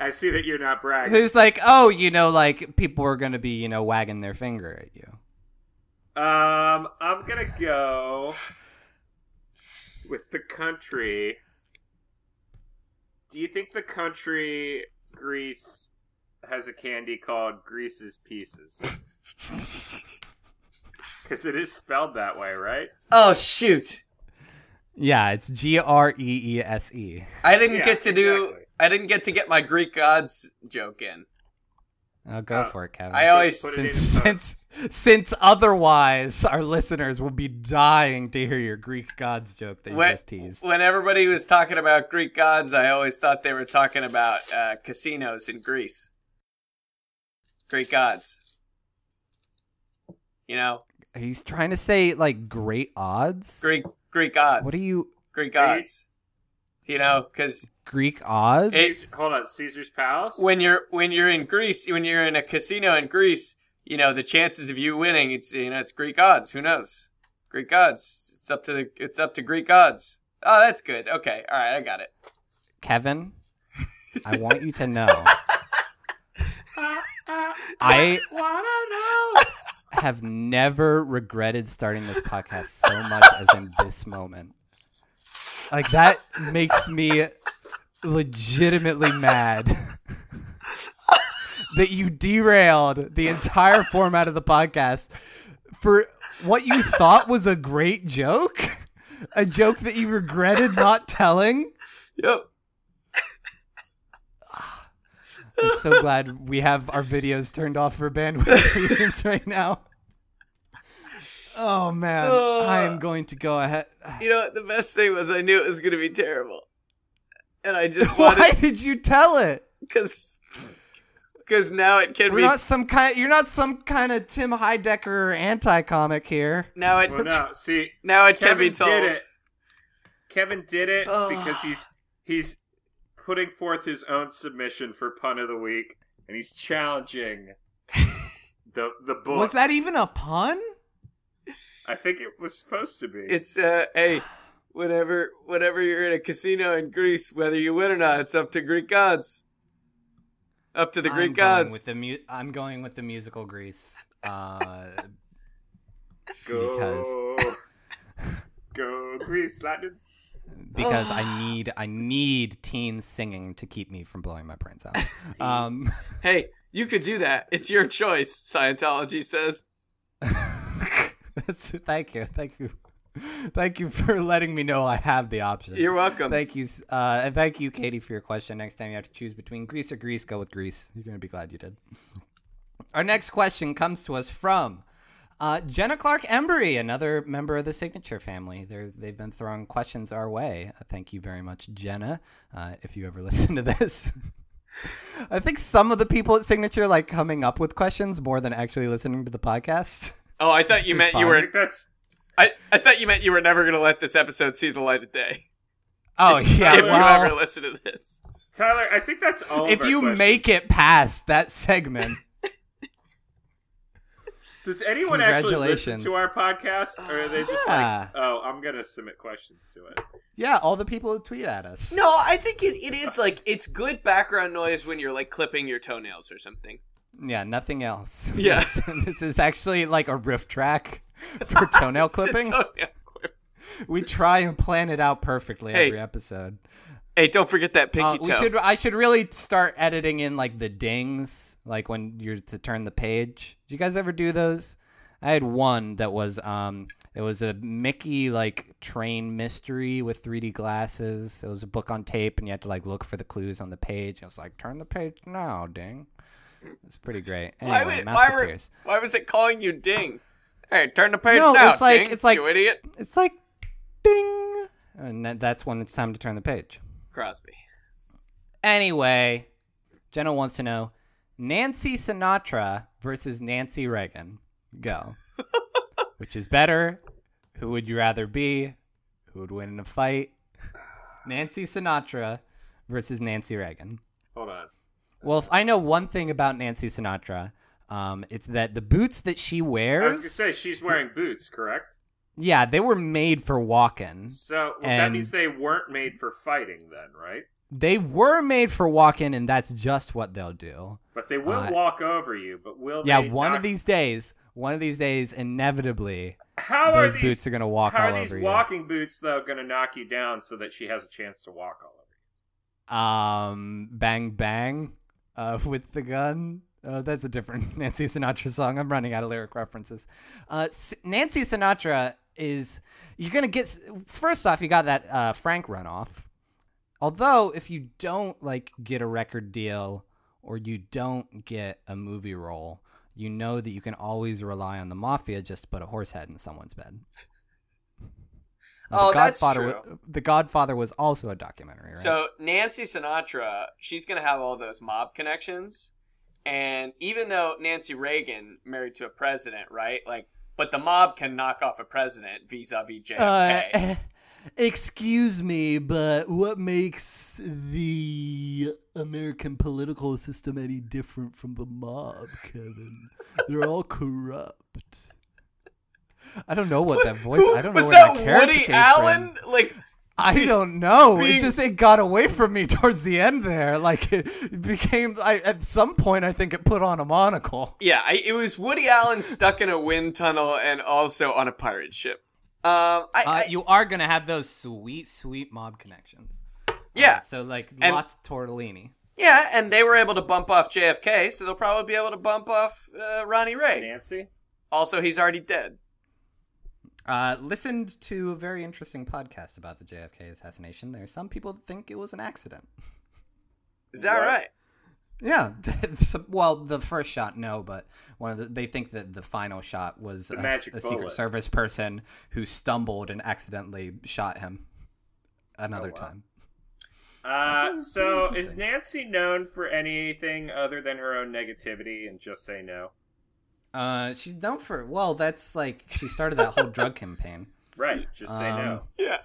I see that you're not bragging.
Who's like, oh, you know, like people are going to be, you know, wagging their finger at you.
Um, I'm gonna go with the country. Do you think the country Greece has a candy called Grease's Pieces? Because it is spelled that way, right?
Oh shoot!
Yeah, it's G R E E S E.
I didn't
Yeah,
get to do.
exactly.
I didn't get to get my Greek gods joke in.
Oh, go
Oh.
for it, Kevin.
I always
Put it
since,
in post.
since, since otherwise our listeners will be dying to hear your Greek gods joke that you
when,
just teased.
when everybody was talking about Greek gods, I always thought they were talking about uh, casinos in Greece. Greek gods. You know,
He's trying to say like great odds.
Greek Greek gods.
What are you
Greek gods? You know, because
Greek odds?
It's-
Hold on, Caesar's Palace.
when you're when you're in Greece, when you're in a casino in Greece, you know the chances of you winning. It's you know it's Greek odds. Who knows? Greek odds. It's up to the. It's up to Greek odds. Oh, that's good. Okay, all right, I got it.
Kevin, I want you to know I
wanna know.
have never regretted starting this podcast so much as in this moment. Like that makes me legitimately mad that you derailed the entire format of the podcast for what you thought was a great joke, a joke that you regretted not telling.
Yep.
I'm so glad we have our videos turned off for bandwidth reasons right now. Oh man,
Uh,
I am going to go ahead.
You know, the best thing was I knew it was going to be terrible. And I just
Why
wanted
did you tell it?
cuz cuz now it can
We're
be
not some kind. You're not some kind of Tim Heidecker anti-comic here.
now it
Well, Oh, no, see,
now it
Kevin
can be told.
did it. Kevin did it
Ugh.
because he's he's putting forth his own submission for pun of the week, and he's challenging the the book.
Was that even a pun?
I think it was supposed to be.
It's uh hey, whenever whenever you're in a casino in Greece, whether you win or not, it's up to Greek gods. Up to the Greek
I'm Going
gods.
with the mu- I'm going with the musical Grease. Uh,
go go Greece Latin.
because I need I need teens singing to keep me from blowing my brains out. Um,
hey, you could do that. It's your choice, Scientology says.
That's, thank you, thank you, thank you for letting me know I have the option.
You're welcome.
Thank you, uh, and thank you, Katie, for your question. Next time you have to choose between Greece or Greece, go with Greece. You're gonna be glad you did. Our next question comes to us from uh, Jenna Clark Embry, another member of the Signature family. They're, they've been throwing questions our way. Uh, thank you very much, Jenna. Uh, if you ever listen to this. I think some of the people at Signature like coming up with questions more than actually listening to the podcast.
oh, I thought you
just
meant you
fine.
I
were
think that's
I, I thought you meant you were never going to let this episode see the light of day.
Oh yeah,
if
well,
you ever listen to this.
Tyler. I think that's all. of
if
our
you
questions.
make it past that segment,
does anyone actually listen
Congratulations.
to our podcast, or are they just
yeah,
like, oh, I'm gonna submit questions to it?
yeah, all the people who tweet at us.
No, I think it, it is like it's good background noise when you're like clipping your toenails or something.
Yeah, nothing else.
Yeah.
This, this is actually like a riff track for toenail clipping.
Toenail clip.
we try and plan it out perfectly
Hey,
every episode.
Hey, don't forget that pinky
Uh, we
toe.
should I should really start editing in like the dings, like when you're to turn the page. Did you guys ever do those? I had one that was um it was a Mickey like train mystery with 3D glasses. It was a book on tape and you had to like look for the clues on the page. It was like turn the page now, ding. It's pretty great.
why,
Anyway,
would, why, were,
Mouseketeers.
why was it calling you Ding? Hey, turn the page
No,
now.
it's like-
Ding,
it's like-
you idiot,
It's like ding and that, that's when it's time to turn the page.
Crosby.
Anyway, Jenna wants to know Nancy Sinatra versus Nancy Reagan. Go. Which is better? Who would you rather be? Who would win in a fight? Nancy Sinatra versus Nancy Reagan.
Hold on.
Well, if I know one thing about Nancy Sinatra, um, it's that the boots that she
I was gonna
wears,
say she's wearing boots, correct?
yeah, they were made for walking.
So well, that
And-
means they weren't made for fighting, then, right?
They were made for walking, and that's just what they'll do.
But they will
Uh,
walk over you. But will
Yeah,
they
one
knock-
of these days, one of these days, inevitably,
How
those
are these
boots are gonna walk
How
all
are these
over you.
walking boots though going to knock you down so that she has a chance to walk all over
um, bang bang, uh, with the gun. Uh, that's a different Nancy Sinatra song. I'm running out of lyric references. Uh, S- Nancy Sinatra is you're gonna get. s- First off, you got that uh, Frank runoff. Although, if you don't like get a record deal or you don't get a movie role, you know that you can always rely on the mafia just to put a horse head in someone's bed.
Oh, that's
Godfather wa- the Godfather was also a documentary, right?
So Nancy Sinatra, she's gonna have all those mob connections, and even though Nancy Reagan married to a president, right? Like, but the mob can knock off a president vis-a-vis JFK.
Uh, excuse me, but what makes the American political system any different from the mob, Kevin? They're all corrupt. I don't know what that voice. I don't
was
know where
that
that character
Woody
came
Allen?
From.
Like,
I don't know.
being-
It just it got away from me towards the end there. Like it, it became. I at some point I think it put on a monocle.
yeah, I, it was Woody Allen stuck in a wind tunnel and also on a pirate ship. Um, I, I-
Uh, you are gonna have those sweet, sweet mob connections. Uh,
yeah,
So like
And-
lots of tortellini.
yeah, and they were able to bump off JFK, so they'll probably be able to bump off uh, Ronnie
you?
Reagan.
Nancy?
Also, he's already dead.
Uh, listened to a very interesting podcast about the JFK assassination. There are some people that think it was an accident.
Is that
What?
right?
Yeah, that's- well, the first shot, no, but one of the, they think that the final shot was
The
a,
magic
a Secret
bullet.
Service person who stumbled and accidentally shot him another
Oh, wow.
time.
Uh,
was
so
pretty
is
Oh, interesting.
Nancy known for anything other than her own negativity and just say no?
Uh, she's known for well, that's like she started that whole drug campaign
Right, just say no.
Um,
Yeah.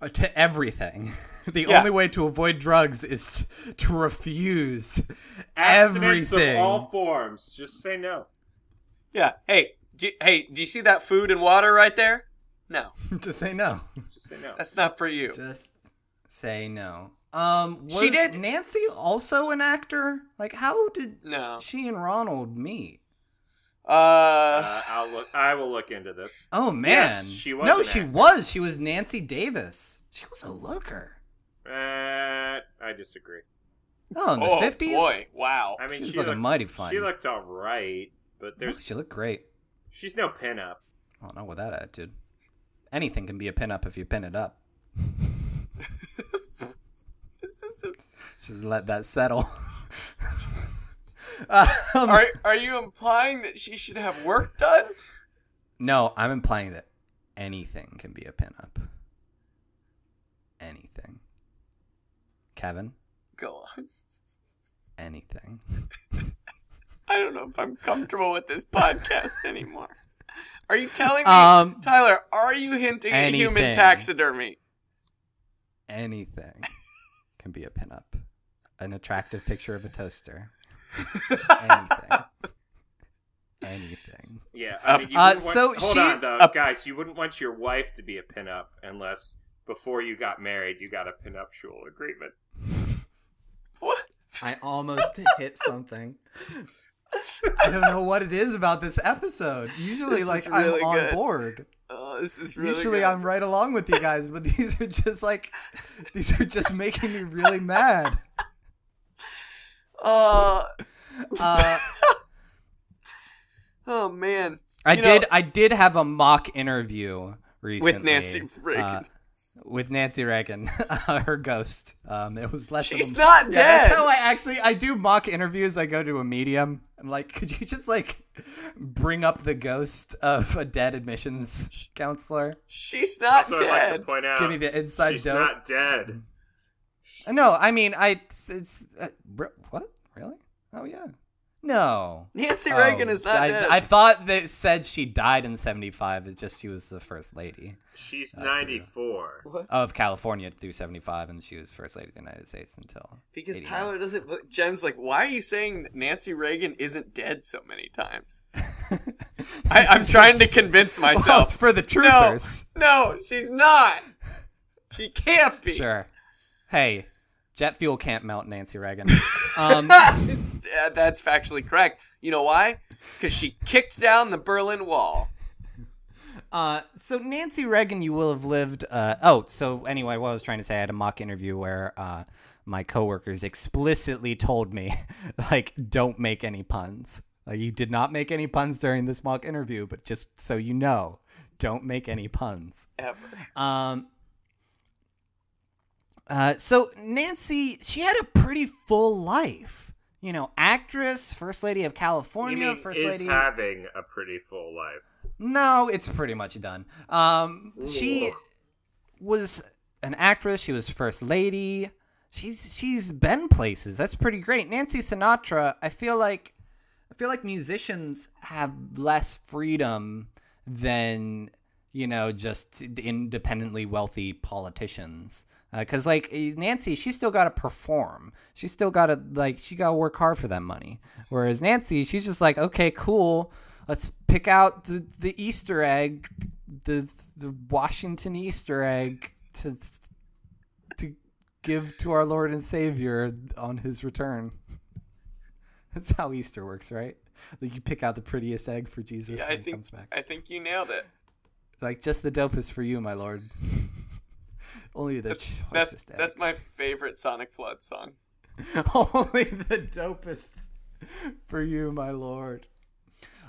uh, to everything. The
Yeah.
only way to avoid drugs is to refuse
Abstinence
everything.
of all forms, just say no.
Yeah. Hey, do, hey, do you see that food and water right there? No,
Just say no.
Just say no.
that's not for you.
Just say no. Um, was
She did-
Nancy also an actor? Like, how did
No.
she and Ronald meet?
Uh,
Uh, I'll look. I will look into this.
Oh man,
she was
No,
an
she
actor.
was. She was Nancy Davis. She was a looker.
Uh, I disagree.
Oh, in the
oh
fifties.
boy, wow.
I
She
mean,
was
she
looking
looks
mighty fine.
She looked all right, but there's
she looked great.
she's no pinup.
I don't know what that attitude. Anything can be a pinup if you pin it up.
This is a-
Just let that settle. um,
are are you implying that she should have work done?
No, I'm implying that anything can be a pinup. Anything. Kevin,
Go on.
anything.
I don't know if I'm comfortable with this podcast anymore. Are you telling me,
Um,
Tyler? Are you hinting at human
anything.
taxidermy?
Anything can be a pinup. An attractive picture of a toaster. Anything. anything.
Yeah. I mean, you
Uh,
wouldn't want,
so
hold
she-
on, though,
uh,
guys. You wouldn't want your wife to be a pinup unless before you got married you got a prenuptial agreement.
What?
I almost hit something. I don't know what it is about this episode. Usually,
This
like
is really
I'm on
good.
board.
Oh, this is really
Usually,
good.
I'm right along with you guys, but these are just like these are just making me really mad.
Uh,
Uh,
oh man,
I
You know-
did. I did have a mock interview recently
Nancy Reagan.
uh, with Nancy Reagan, her ghost. Um, it was less. of
she's
a-
not
Yeah,
dead.
that's how I actually I do mock interviews. I go to a medium. I'm like, could you just like bring up the ghost of a dead admissions counselor?
she's not
Also, I'd like to
dead.
point out
Give me the inside Mm.
she's
dope.
not dead.
No, I mean I. It's, it's uh, re- what really? Oh yeah. No.
Nancy
Oh,
Reagan is not
I,
dead.
I thought they said she died in '75. It's just she was the first lady
She's
Uh,
94.
of California through '75, and she was first lady of the United States until.
because
89.
Tyler doesn't. But Jem's like, why are you saying that Nancy Reagan isn't dead so many times? I, I'm trying to convince
Well, it's
myself.
for the
No,
truthers.
no, she's not. She can't be.
Sure. Hey, jet fuel can't melt Nancy Reagan. Um,
it's, uh, that's factually correct. You know why? Because she kicked down the Berlin Wall.
uh, so Nancy Reagan, you will have lived. Uh, oh, so anyway, what I was trying to say, I had a mock interview where uh, my coworkers explicitly told me, like, don't make any puns. Like, you did not make any puns during this mock interview, but just so you know, don't make any puns.
Ever.
Um, uh, so Nancy, she had a pretty full life. You know, actress, first lady of
You
California,
mean
first
is
lady.
having a pretty full life.
no, it's pretty much done. Um, she was an actress. She was first lady. She's she's been places. That's pretty great. Nancy Sinatra. I feel like I feel like musicians have less freedom than you know just independently wealthy politicians. Because like eh, Nancy, she's still got to perform. She's still got to like she got to work hard for that money. Whereas Nancy, she's just like, okay, cool. Let's pick out the, the Easter egg, the the Washington Easter egg to to give to our Lord and Savior on His return. That's how Easter works, right? Like you pick out the prettiest egg for Jesus
Yeah,
when
I
he
think
comes back.
I think you nailed it.
Like just the dopest for you, my lord. Only the choicest
That's
egg.
that's my favorite Sonic Flood song.
Only the dopest for you, my lord.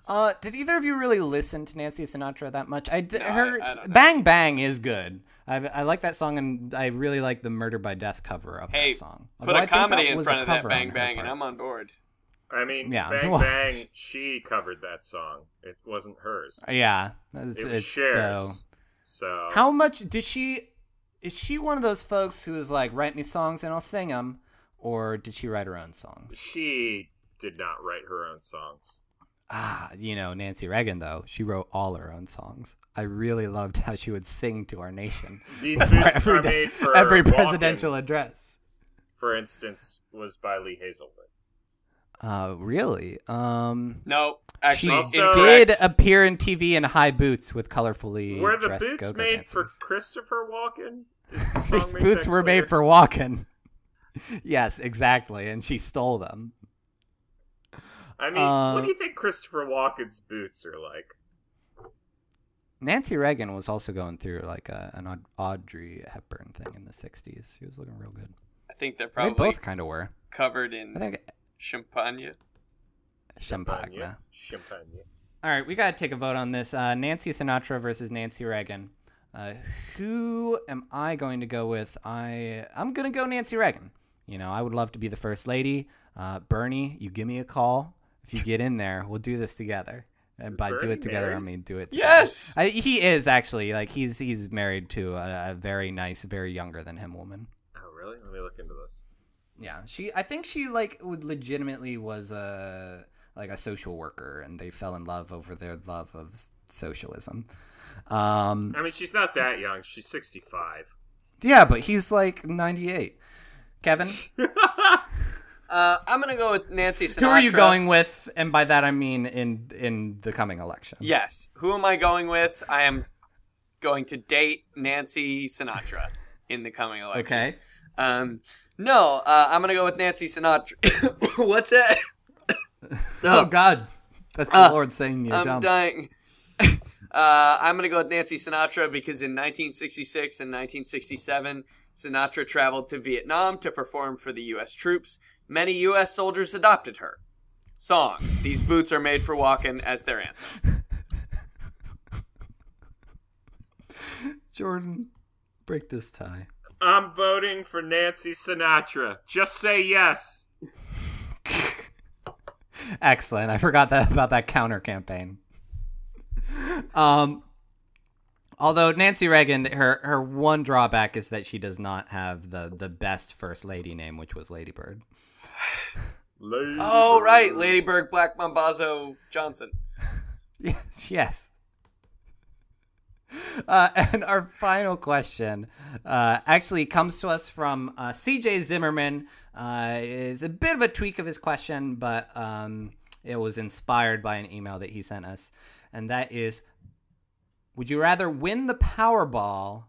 Uh, did either of you really listen to Nancy Sinatra that much? I d-
No, I-
her
I don't know.
"Bang Bang" is good. I, I like that song, and I really like the "Murder by Death" cover of
Hey,
that song.
Put
Although I
a
think
comedy
that
in
was
front
a
of that
cover on
bang
her
bang, and
part.
I'm on board.
I mean,
Yeah,
Bang
what?
Bang, she covered that song. It wasn't hers.
Yeah, it's,
it was
it's
Cher's.
so.
So,
How much did she? Is she one of those folks who is like, write me songs and I'll sing them, or did she write her own songs?
she did not write her own songs.
Ah, you know, Nancy Reagan, though, she wrote all her own songs. I really loved how she would sing to our nation.
These
for
boots
every
are
day-
made for
every
walking,
presidential address.
for instance, was by Lee Hazelwood.
Uh, really? Um,
No,
she
actually,
Also-
incorrect.
did appear in TV in high boots with colorfully
Were the
dressed
boots
go-go
made for
dancers.
Christopher Walken? Does the song
These
make
boots
that
were
clear?
made for walking. yes, exactly, and she stole them.
I mean, what
uh,
do you think Christopher Walken's boots are like?
Nancy Reagan was also going through like a, an Aud- Audrey Hepburn thing in the '60s. She was looking real good.
I think they're
They
probably
both kind of were.
covered
I
in
think
champagne.
Champagne.
Champagne.
All right, we gotta take a vote on this. Uh, Nancy Sinatra versus Nancy Reagan. Uh, who am I going to go with? I I'm gonna go Nancy Reagan. You know, I would love to be the first lady. Uh, Bernie, you give me a call if you get in there. We'll do this together. And
Is
by do
Bernie
it together, I
married?
mean do it. Together.
Yes,
I, he is actually like he's he's married to a, a very nice, very younger than him woman.
Oh, really? Let me look into this.
Yeah, she. I think she like would legitimately was a like a social worker, and they fell in love over their love of s- socialism. Um,
I mean, she's not that young. She's 65.
yeah, but he's like ninety eight. Kevin,
uh, I'm gonna go with Nancy Sinatra.
who are you going with? And by that I mean in in the coming election.
Yes, who am I going with? I am going to date Nancy Sinatra in the coming election.
Okay.
Um, no, uh, I'm gonna go with Nancy Sinatra. What's that?
Oh, God. That's the
Uh,
Lord saying you're
I'm
dumb.
dying. uh, I'm going to go with Nancy Sinatra because in 1966 and 1967, Sinatra traveled to Vietnam to perform for the U.S. troops. Many U.S. soldiers adopted her. Song These Boots Are Made for Walking as their anthem.
Jordan, break this tie.
I'm voting for Nancy Sinatra. Just say yes.
Excellent. I forgot that about that counter campaign. Um, although Nancy Reagan, her her one drawback is that she does not have the the best first lady name, which was Lady Bird.
Oh, right. Lady Bird, Black Mambazo Johnson.
Yes, yes. Uh, and our final question uh, actually comes to us from uh, CJ Zimmerman. Uh, is a bit of a tweak of his question, but um, it was inspired by an email that he sent us, and that is: Would you rather win the Powerball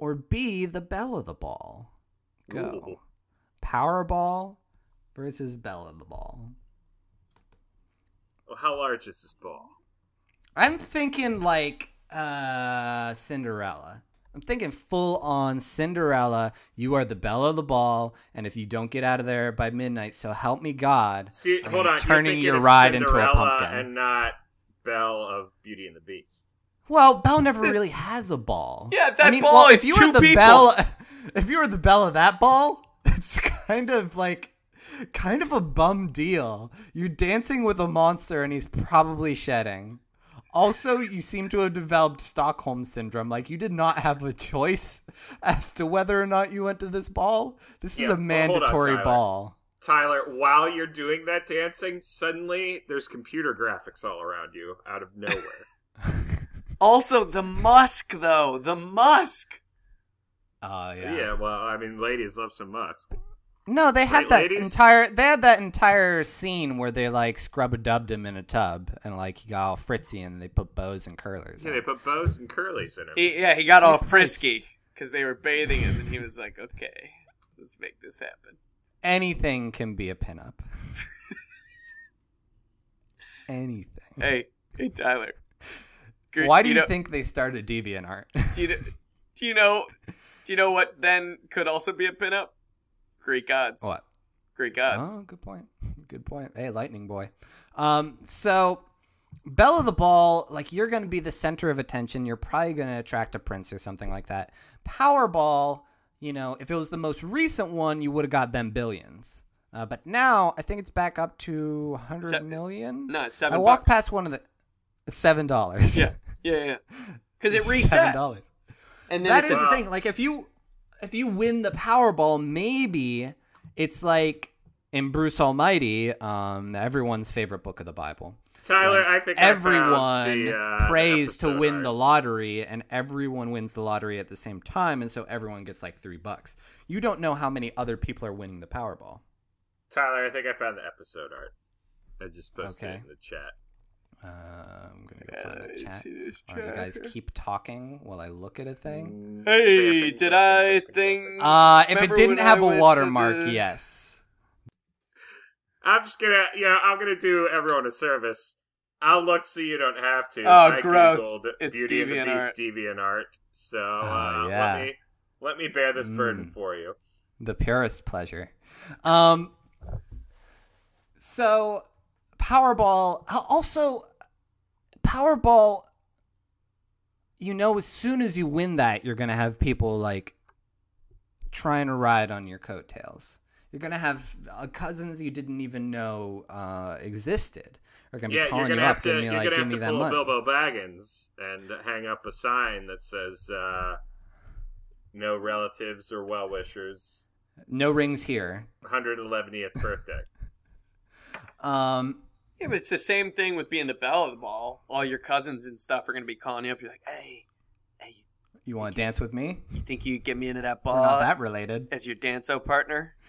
or be the belle of the ball? Go
Ooh.
Powerball versus belle of the ball.
Well, how large is this ball?
I'm thinking like uh Cinderella. I'm thinking full on Cinderella. You are the belle of the ball, and if you don't get out of there by midnight, so help me God,
See,
I'm
hold on.
turning
You're thinking
your
it's
ride into a
Cinderella
pumpkin.
and not Belle of Beauty and the Beast.
Well, Belle never really has a ball.
Yeah, that ball is
were
two people.
if you were the bell of that ball, it's kind of like, kind of a bum deal. You're dancing with a monster, and he's probably shedding. Also, you seem to have developed Stockholm syndrome. Like you did not have a choice as to whether or not you went to this ball. This
Yeah,
is a
well, hold on,
mandatory
Tyler.
ball.
Tyler, while you're doing that dancing, suddenly there's computer graphics all around you out of nowhere.
Also, the musk, though. The musk.
Oh
yeah. well, I mean, ladies love some musk.
No, they had
Right,
that
ladies?
entire they had that entire scene where they like scrub a dubbed him in a tub and like he got all fritzy and they put bows and curlers.
Yeah,
on.
they put bows and curlies in them.
He, yeah, he got all frisky because they were bathing him, and he was like, okay, let's make this happen.
Anything can be a pinup. Anything.
Hey, hey, Tyler. Good-
Why do you,
know-
think they started DeviantArt?
do you kn- do you know do you know what then could also be a pinup? Greek gods.
what?
Greek gods.
Oh, good point. Good point. Hey, Lightning Boy. Um, so Bell of the Ball, like you're going to be the center of attention. You're probably going to attract a prince or something like that. Powerball, you know, if it was the most recent one, you would have got them billions. Uh, but now I think it's back up to 100
Se-
million.
No, it's seven
I walked
bucks.
past one of the seven dollars.
Yeah. Yeah, yeah. Because it
Seven
resets.
dollars.
And then
That
it's
is
a-
the thing. Like if you if you win the Powerball, maybe it's like in Bruce Almighty, um, everyone's favorite book of the Bible.
Tyler,
Once
I think I found
everyone
the, uh,
prays to
episode
win
art.
the lottery, and everyone wins the lottery at the same time, and so everyone gets like three bucks. You don't know how many other people are winning the Powerball.
Tyler, I think I found the episode art. I just posted
Okay.
it in the chat.
Uh, I'm gonna go
Yeah,
find the
you
chat.
see this
All right, you guys
tracker?
keep talking while I look at a thing.
Hey, did I think
Uh, if it
Mm, Remember
didn't
when
have
I went
a
to
watermark,
the-
yes.
I'm just gonna, yeah, I'm gonna do everyone a service. I'll look so you don't have to.
Oh, gross.
Googled
It's
Beauty and the
DeviantArt.
Beast deviant art. So uh,
Oh, yeah.
let me let me bear this burden
Mm.
for you.
the purest pleasure. Um, so Powerball uh, also Powerball. You know, as soon as you win that, you're gonna have people like trying to ride on your coattails. You're gonna have uh, cousins you didn't even know uh, existed are gonna be
Yeah, you're
calling you
gonna
up,
have to
giving
you're
you like,
gonna
give
have
me
to
that
pull a
money.
Bilbo Baggins and hang up a sign that says uh, "No relatives or well wishers."
No rings here.
111th birthday.
Um,
Yeah, but it's the same thing with being the belle of the ball. All your cousins and stuff are gonna be calling you up. You're like, hey, hey,
you want to dance with me?
you think you could get me into that
We're not
Uh,
ball
that related.
as your danzo partner?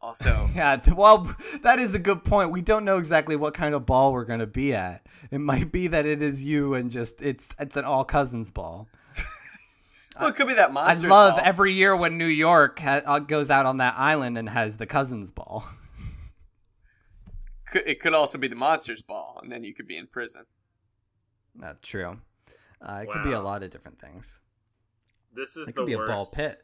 Also,
Yeah, th- well, that is a good point. We don't know exactly what kind of ball we're going to be at. It might be that it is you and just it's it's an all cousins ball.
Well, it could be that
I
monster.
love every year when New York ha- uh, goes out on that island and has the cousins ball.
Could, it could also be the monsters ball, and then you could be in prison.
Not true. Uh, it could be a
Wow.
lot of different things.
This is
It
the
could be
worst.
a ball pit.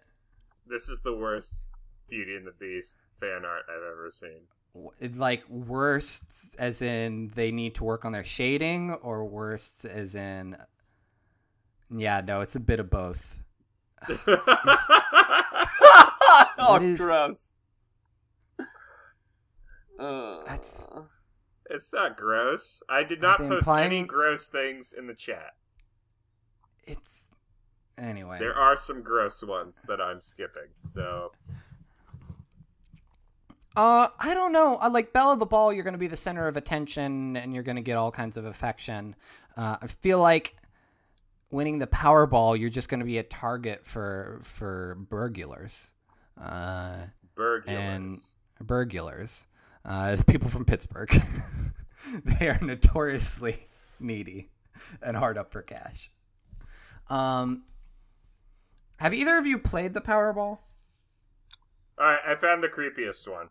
This is the worst Beauty and the Beast fan art I've ever seen.
W- Like worst, as in they need to work on their shading, or worst, as in, yeah, no, it's a bit of both.
oh,
What is-
gross. Uh,
That's-
it's not gross. I did
Are
not
they
post any
implying-
gross things in the chat.
It's anyway.
There are some gross ones that I'm skipping. So
Uh, I don't know. I like Bella the Ball. You're going to be the center of attention, and you're going to get all kinds of affection. Uh, I feel like winning the Powerball, you're just going to be a target for for burglars, uh,
burglars.
And- burglars, uh, people from Pittsburgh. they are notoriously needy and hard up for cash. Um, have either of you played the Powerball?
All right, I found the creepiest one.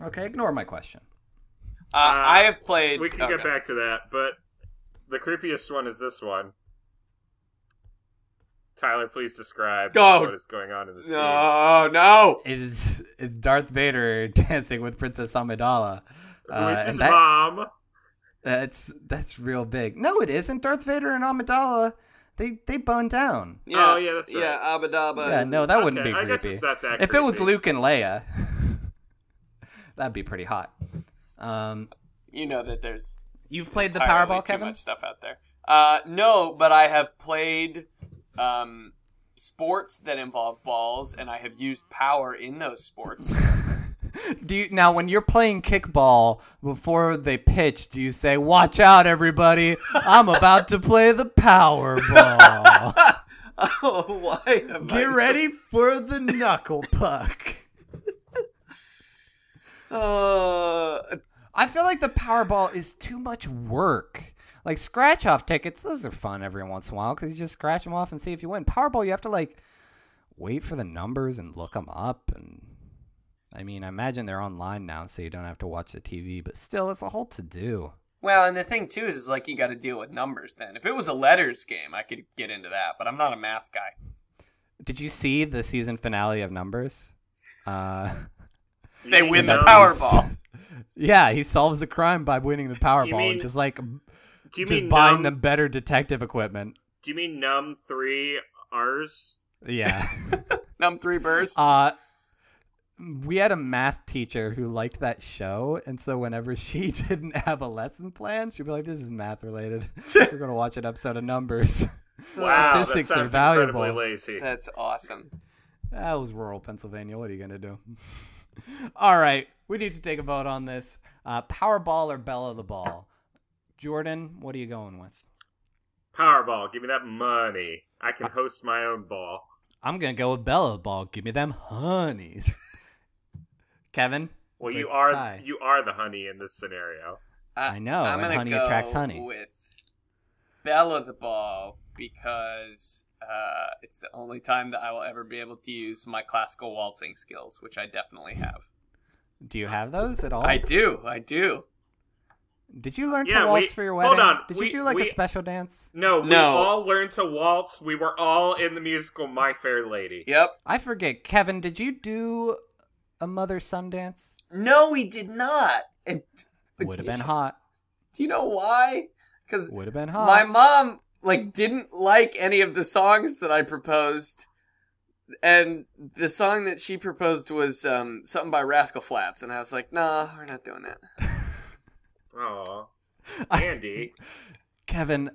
Okay, ignore my question.
uh, I have played.
We can
oh,
get
no.
back to that, but the creepiest one is this one. Tyler, please describe
Oh.
what is going on in the scene. Oh,
No, no.
is is Darth Vader dancing with Princess Amidala.
Who
Uh,
is
and
his
that-
mom?
That's that's real big. No, it isn't. Darth Vader and Amidala, they they bone down.
Yeah,
Oh, yeah, that's right.
Yeah, Abba Dabba.
yeah, no, that wouldn't
Okay,
be
I
creepy.
guess it's not that
if it was
creepy.
Luke and Leia, that'd be pretty hot. Um,
You know that there's
you've played the
entirely
Powerball,
too
Kevin.
much stuff out there. Uh, no, but I have played um, sports that involve balls, and I have used power in those sports.
Do you now when you're playing kickball before they pitch? Do you say, "Watch out, everybody! I'm about to play the Powerball."
oh, why? have I-
Get ready for the knuckle puck.
Uh,
I feel like the Powerball is too much work. Like scratch off tickets, those are fun every once in a while because you just scratch them off and see if you win. Powerball, you have to like wait for the numbers and look them up. And I mean, I imagine they're online now, so you don't have to watch the TV. But still, it's a whole to do.
well, and the thing too is, is like you got to deal with numbers. Then, if it was a letters game, I could get into that, but I'm not a math guy.
Did you see the season finale of Numbers? Uh,
They
You
win the
know-
Powerball.
yeah, he solves a crime by winning the Powerball
mean-
and just like
Do you
just
mean
buying
numb,
them better detective equipment.
Do you mean num three R's?
Yeah.
Num three birds.
Uh we had a math teacher who liked that show, and so whenever she didn't have a lesson plan, she'd be like, "This is math related. We're gonna watch an episode of numbers."
Wow,
Statistics
that
are
sounds
valuable.
incredibly lazy.
That's awesome.
that was rural Pennsylvania. What are you gonna do? All right, we need to take a vote on this. Uh, Powerball or Bella the Ball? Jordan, what are you going with?
Powerball, give me that money. I can host my own ball.
I'm gonna go with Bella the Ball. Give me them honeys. Kevin,
Well,
break
you
the
are
tie.
you are the honey in this scenario.
Uh,
I know,
I'm
and
gonna
honey
go
attracts honey.
With Bella the Ball because uh, it's the only time that I will ever be able to use my classical waltzing skills, which I definitely have.
Do you have those at all?
I do, I do.
Did you learn
Yeah,
to
we-
waltz for your wedding?
hold on,
Did
we-
you do like
we-
a special dance?
No, we
No.
all learned to waltz. We were all in the musical My Fair Lady.
Yep.
I forget. Kevin, did you do a mother son dance?
No, we did not. And-
Would have been hot.
Do you know why? Because
Would have been hot.
my mom like didn't like any of the songs that I proposed. And the song that she proposed was um, something by Rascal Flats, and I was like, "Nah, we're not doing that."
Aw,
I-
Andy.
Kevin,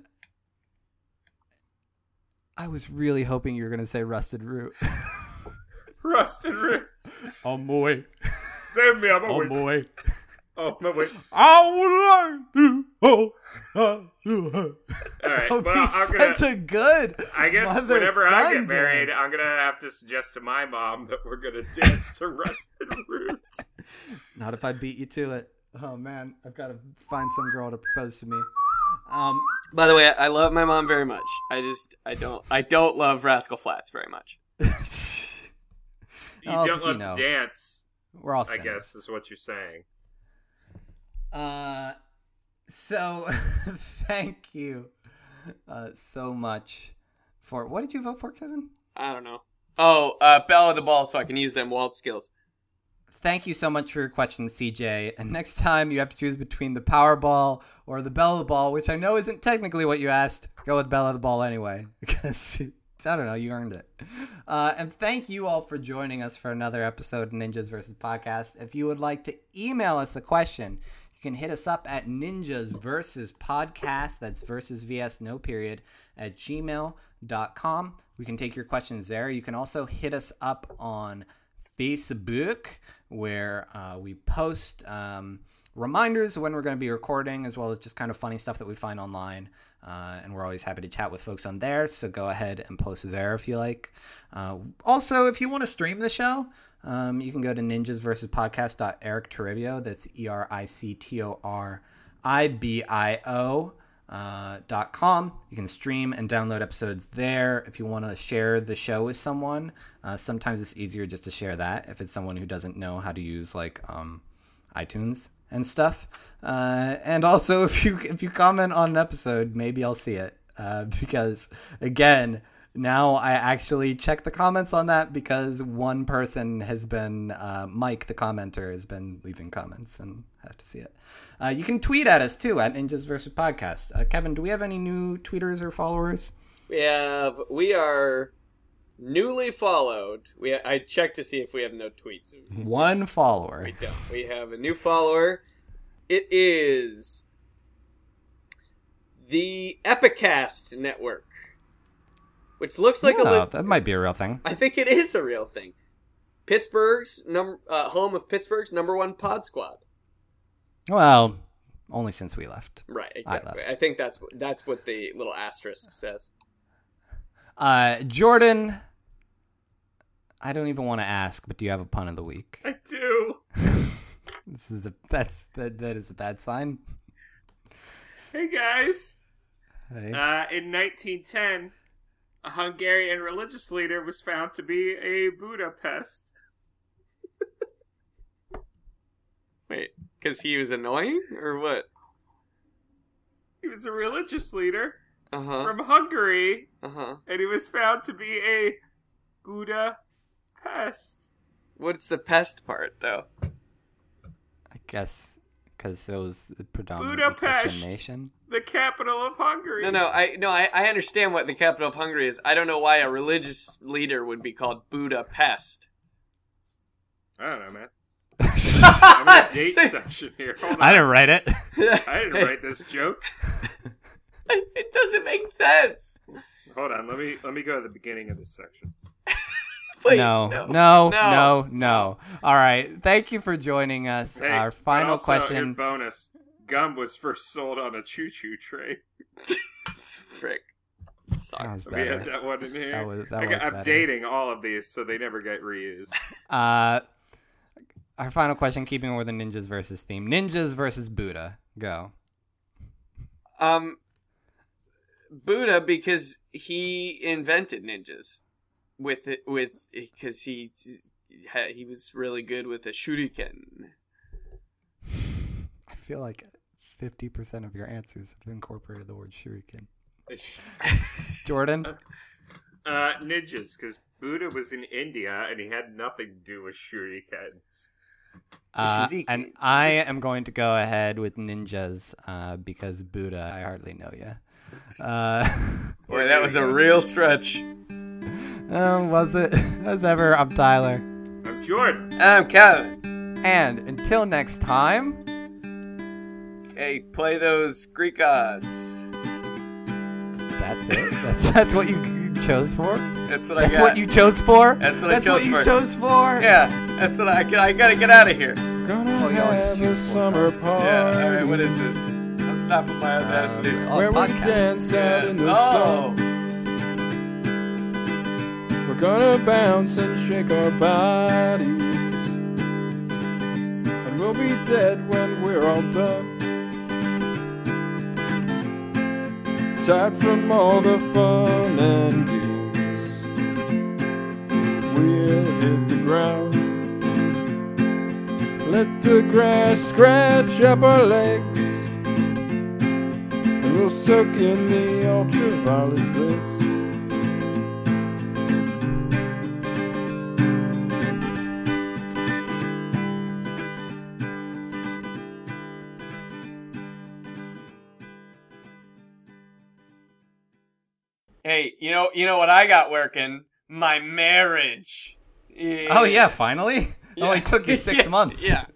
I was really hoping you were going to say rusted root.
Rusted Roots.
oh boy.
Save me, I'm awake.
boy.
Oh, my wait.
I would like to.
All right,
That would
well,
be
I'm gonna.
such a good.
I guess
mother
whenever I
son
get married,
dance.
I'm gonna have to suggest to my mom that we're gonna dance to Rusted Root.
Not if I beat you to it. Oh man, I've got to find some girl to propose to me.
Um,
By the way, I I love my mom very much. I just I don't I don't love Rascal Flats very much.
You
Oh,
don't
you
love
know.
to dance,
We're all
I
sinners.
guess, is what you're saying.
Uh, so thank you uh, so much for what did you vote for, Kevin?
I don't know. Oh, uh, Bella the ball, so I can use them walt skills.
Thank you so much for your question, CJ. And next time you have to choose between the Powerball or the Bell of the Ball, which I know isn't technically what you asked, go with Bell of the Ball anyway, because I don't know, you earned it. Uh, and thank you all for joining us for another episode of Ninjas vs. Podcast. If you would like to email us a question, you can hit us up at ninjas versus podcast. That's versus vs no period at gmail.com. We can take your questions there. You can also hit us up on Facebook, where uh, we post um, reminders when we're going to be recording, as well as just kind of funny stuff that we find online. Uh, and we're always happy to chat with folks on there. So go ahead and post there if you like. Uh, also, if you want to stream the show, um, you can go to ninjas versus podcast. Eric Toribio. That's E R I C T O R I B I O uh, dot com. You can stream and download episodes there. If you want to share the show with someone, uh, sometimes it's easier just to share that if it's someone who doesn't know how to use like um, iTunes and stuff. Uh, and also, if you if you comment on an episode, maybe I'll see it uh, because again. Now I actually check the comments on that because one person has been uh, Mike, the commenter, has been leaving comments, and I have to see it. Uh, you can tweet at us too at Ninjas versus Podcast. Uh, Kevin, do we have any new tweeters or followers?
We have we are newly followed. We I checked to see if we have no tweets.
One follower.
We don't. We have a new follower. It is the Epicast Network, which looks like a
Yeah,
lit-
that might be a real thing.
I think it is a real thing. Pittsburgh's num- uh, home of Pittsburgh's number one pod squad.
Well, only since we left.
Right,
I love
exactly. I, think that's what- that's what the little asterisk says.
Uh, Jordan, I don't even want to ask, but do you have a pun of the week?
I do.
This is a that's that that is a bad sign.
Hey, guys.
Hey.
Uh, in 1910, a Hungarian religious leader was found to be a Budapest.
Wait, because he was annoying or what?
He was a religious leader
Uh huh.
from Hungary,
Uh huh.
and he was found to be a Budapest.
What's the pest part though?
I guess because it was the predominantly
Budapest.
Christian nation.
The capital of Hungary.
No, no, I no, I, I understand what the capital of Hungary is. I don't know why a religious leader would be called Budapest.
I don't know, man. I'm in a date section here. Hold on.
Ah, I didn't write it.
I didn't write this joke.
it doesn't make sense.
Hold on, let me let me go to the beginning of this section.
Wait,
no, no, no, no,
No.
All right. Thank you for joining us.
Hey,
Our
but
final
also, In
question.
bonus, gum was first sold on a choo-choo train.
Frick.
That
Sucks.
was
Let me
better.
add that one in here.
That was- that
I
was
got-
better.
I'm dating all of these, so they never get reused.
Uh, our final question, keeping with the ninjas versus theme. Ninjas versus Buddha. Go.
Um, Buddha because he invented ninjas with it with because he he was really good with a shuriken.
I feel like fifty percent of your answers have incorporated the word shuriken. Jordan.
uh, ninjas, because Buddha was in India and he had nothing to do with shurikens.
Uh,
Shuriken.
and I am going to go ahead with ninjas uh, because Buddha. I hardly know you. Uh,
Boy, that was a real stretch.
um, was it? As ever, I'm Tyler.
I'm Jordan.
I'm Um, Kevin.
And until next time.
Hey, play those Greek gods.
That's it. That's that's what you chose for.
That's what I
That's
got.
what you chose for.
That's what I chose
you
for.
chose for.
Yeah, that's what I. I gotta get out of here.
Oh,
Gonna
y'all
have
shoot
a summer
Yeah. All right.
party
What is this? I'm stopping by the
Um,
acid.
on
where we
podcast.
dance out in the
Oh.
sun. We're gonna bounce and shake our bodies, and we'll be dead when we're all done. tired from all the fun and games. We'll hit the ground. Let the grass scratch up our legs. And we'll soak in the ultraviolet bliss.
Hey, you know, you know what I got working? My marriage.
Oh yeah, finally. It
Yeah.
Only Oh, took you six
Yeah,
months.
Yeah.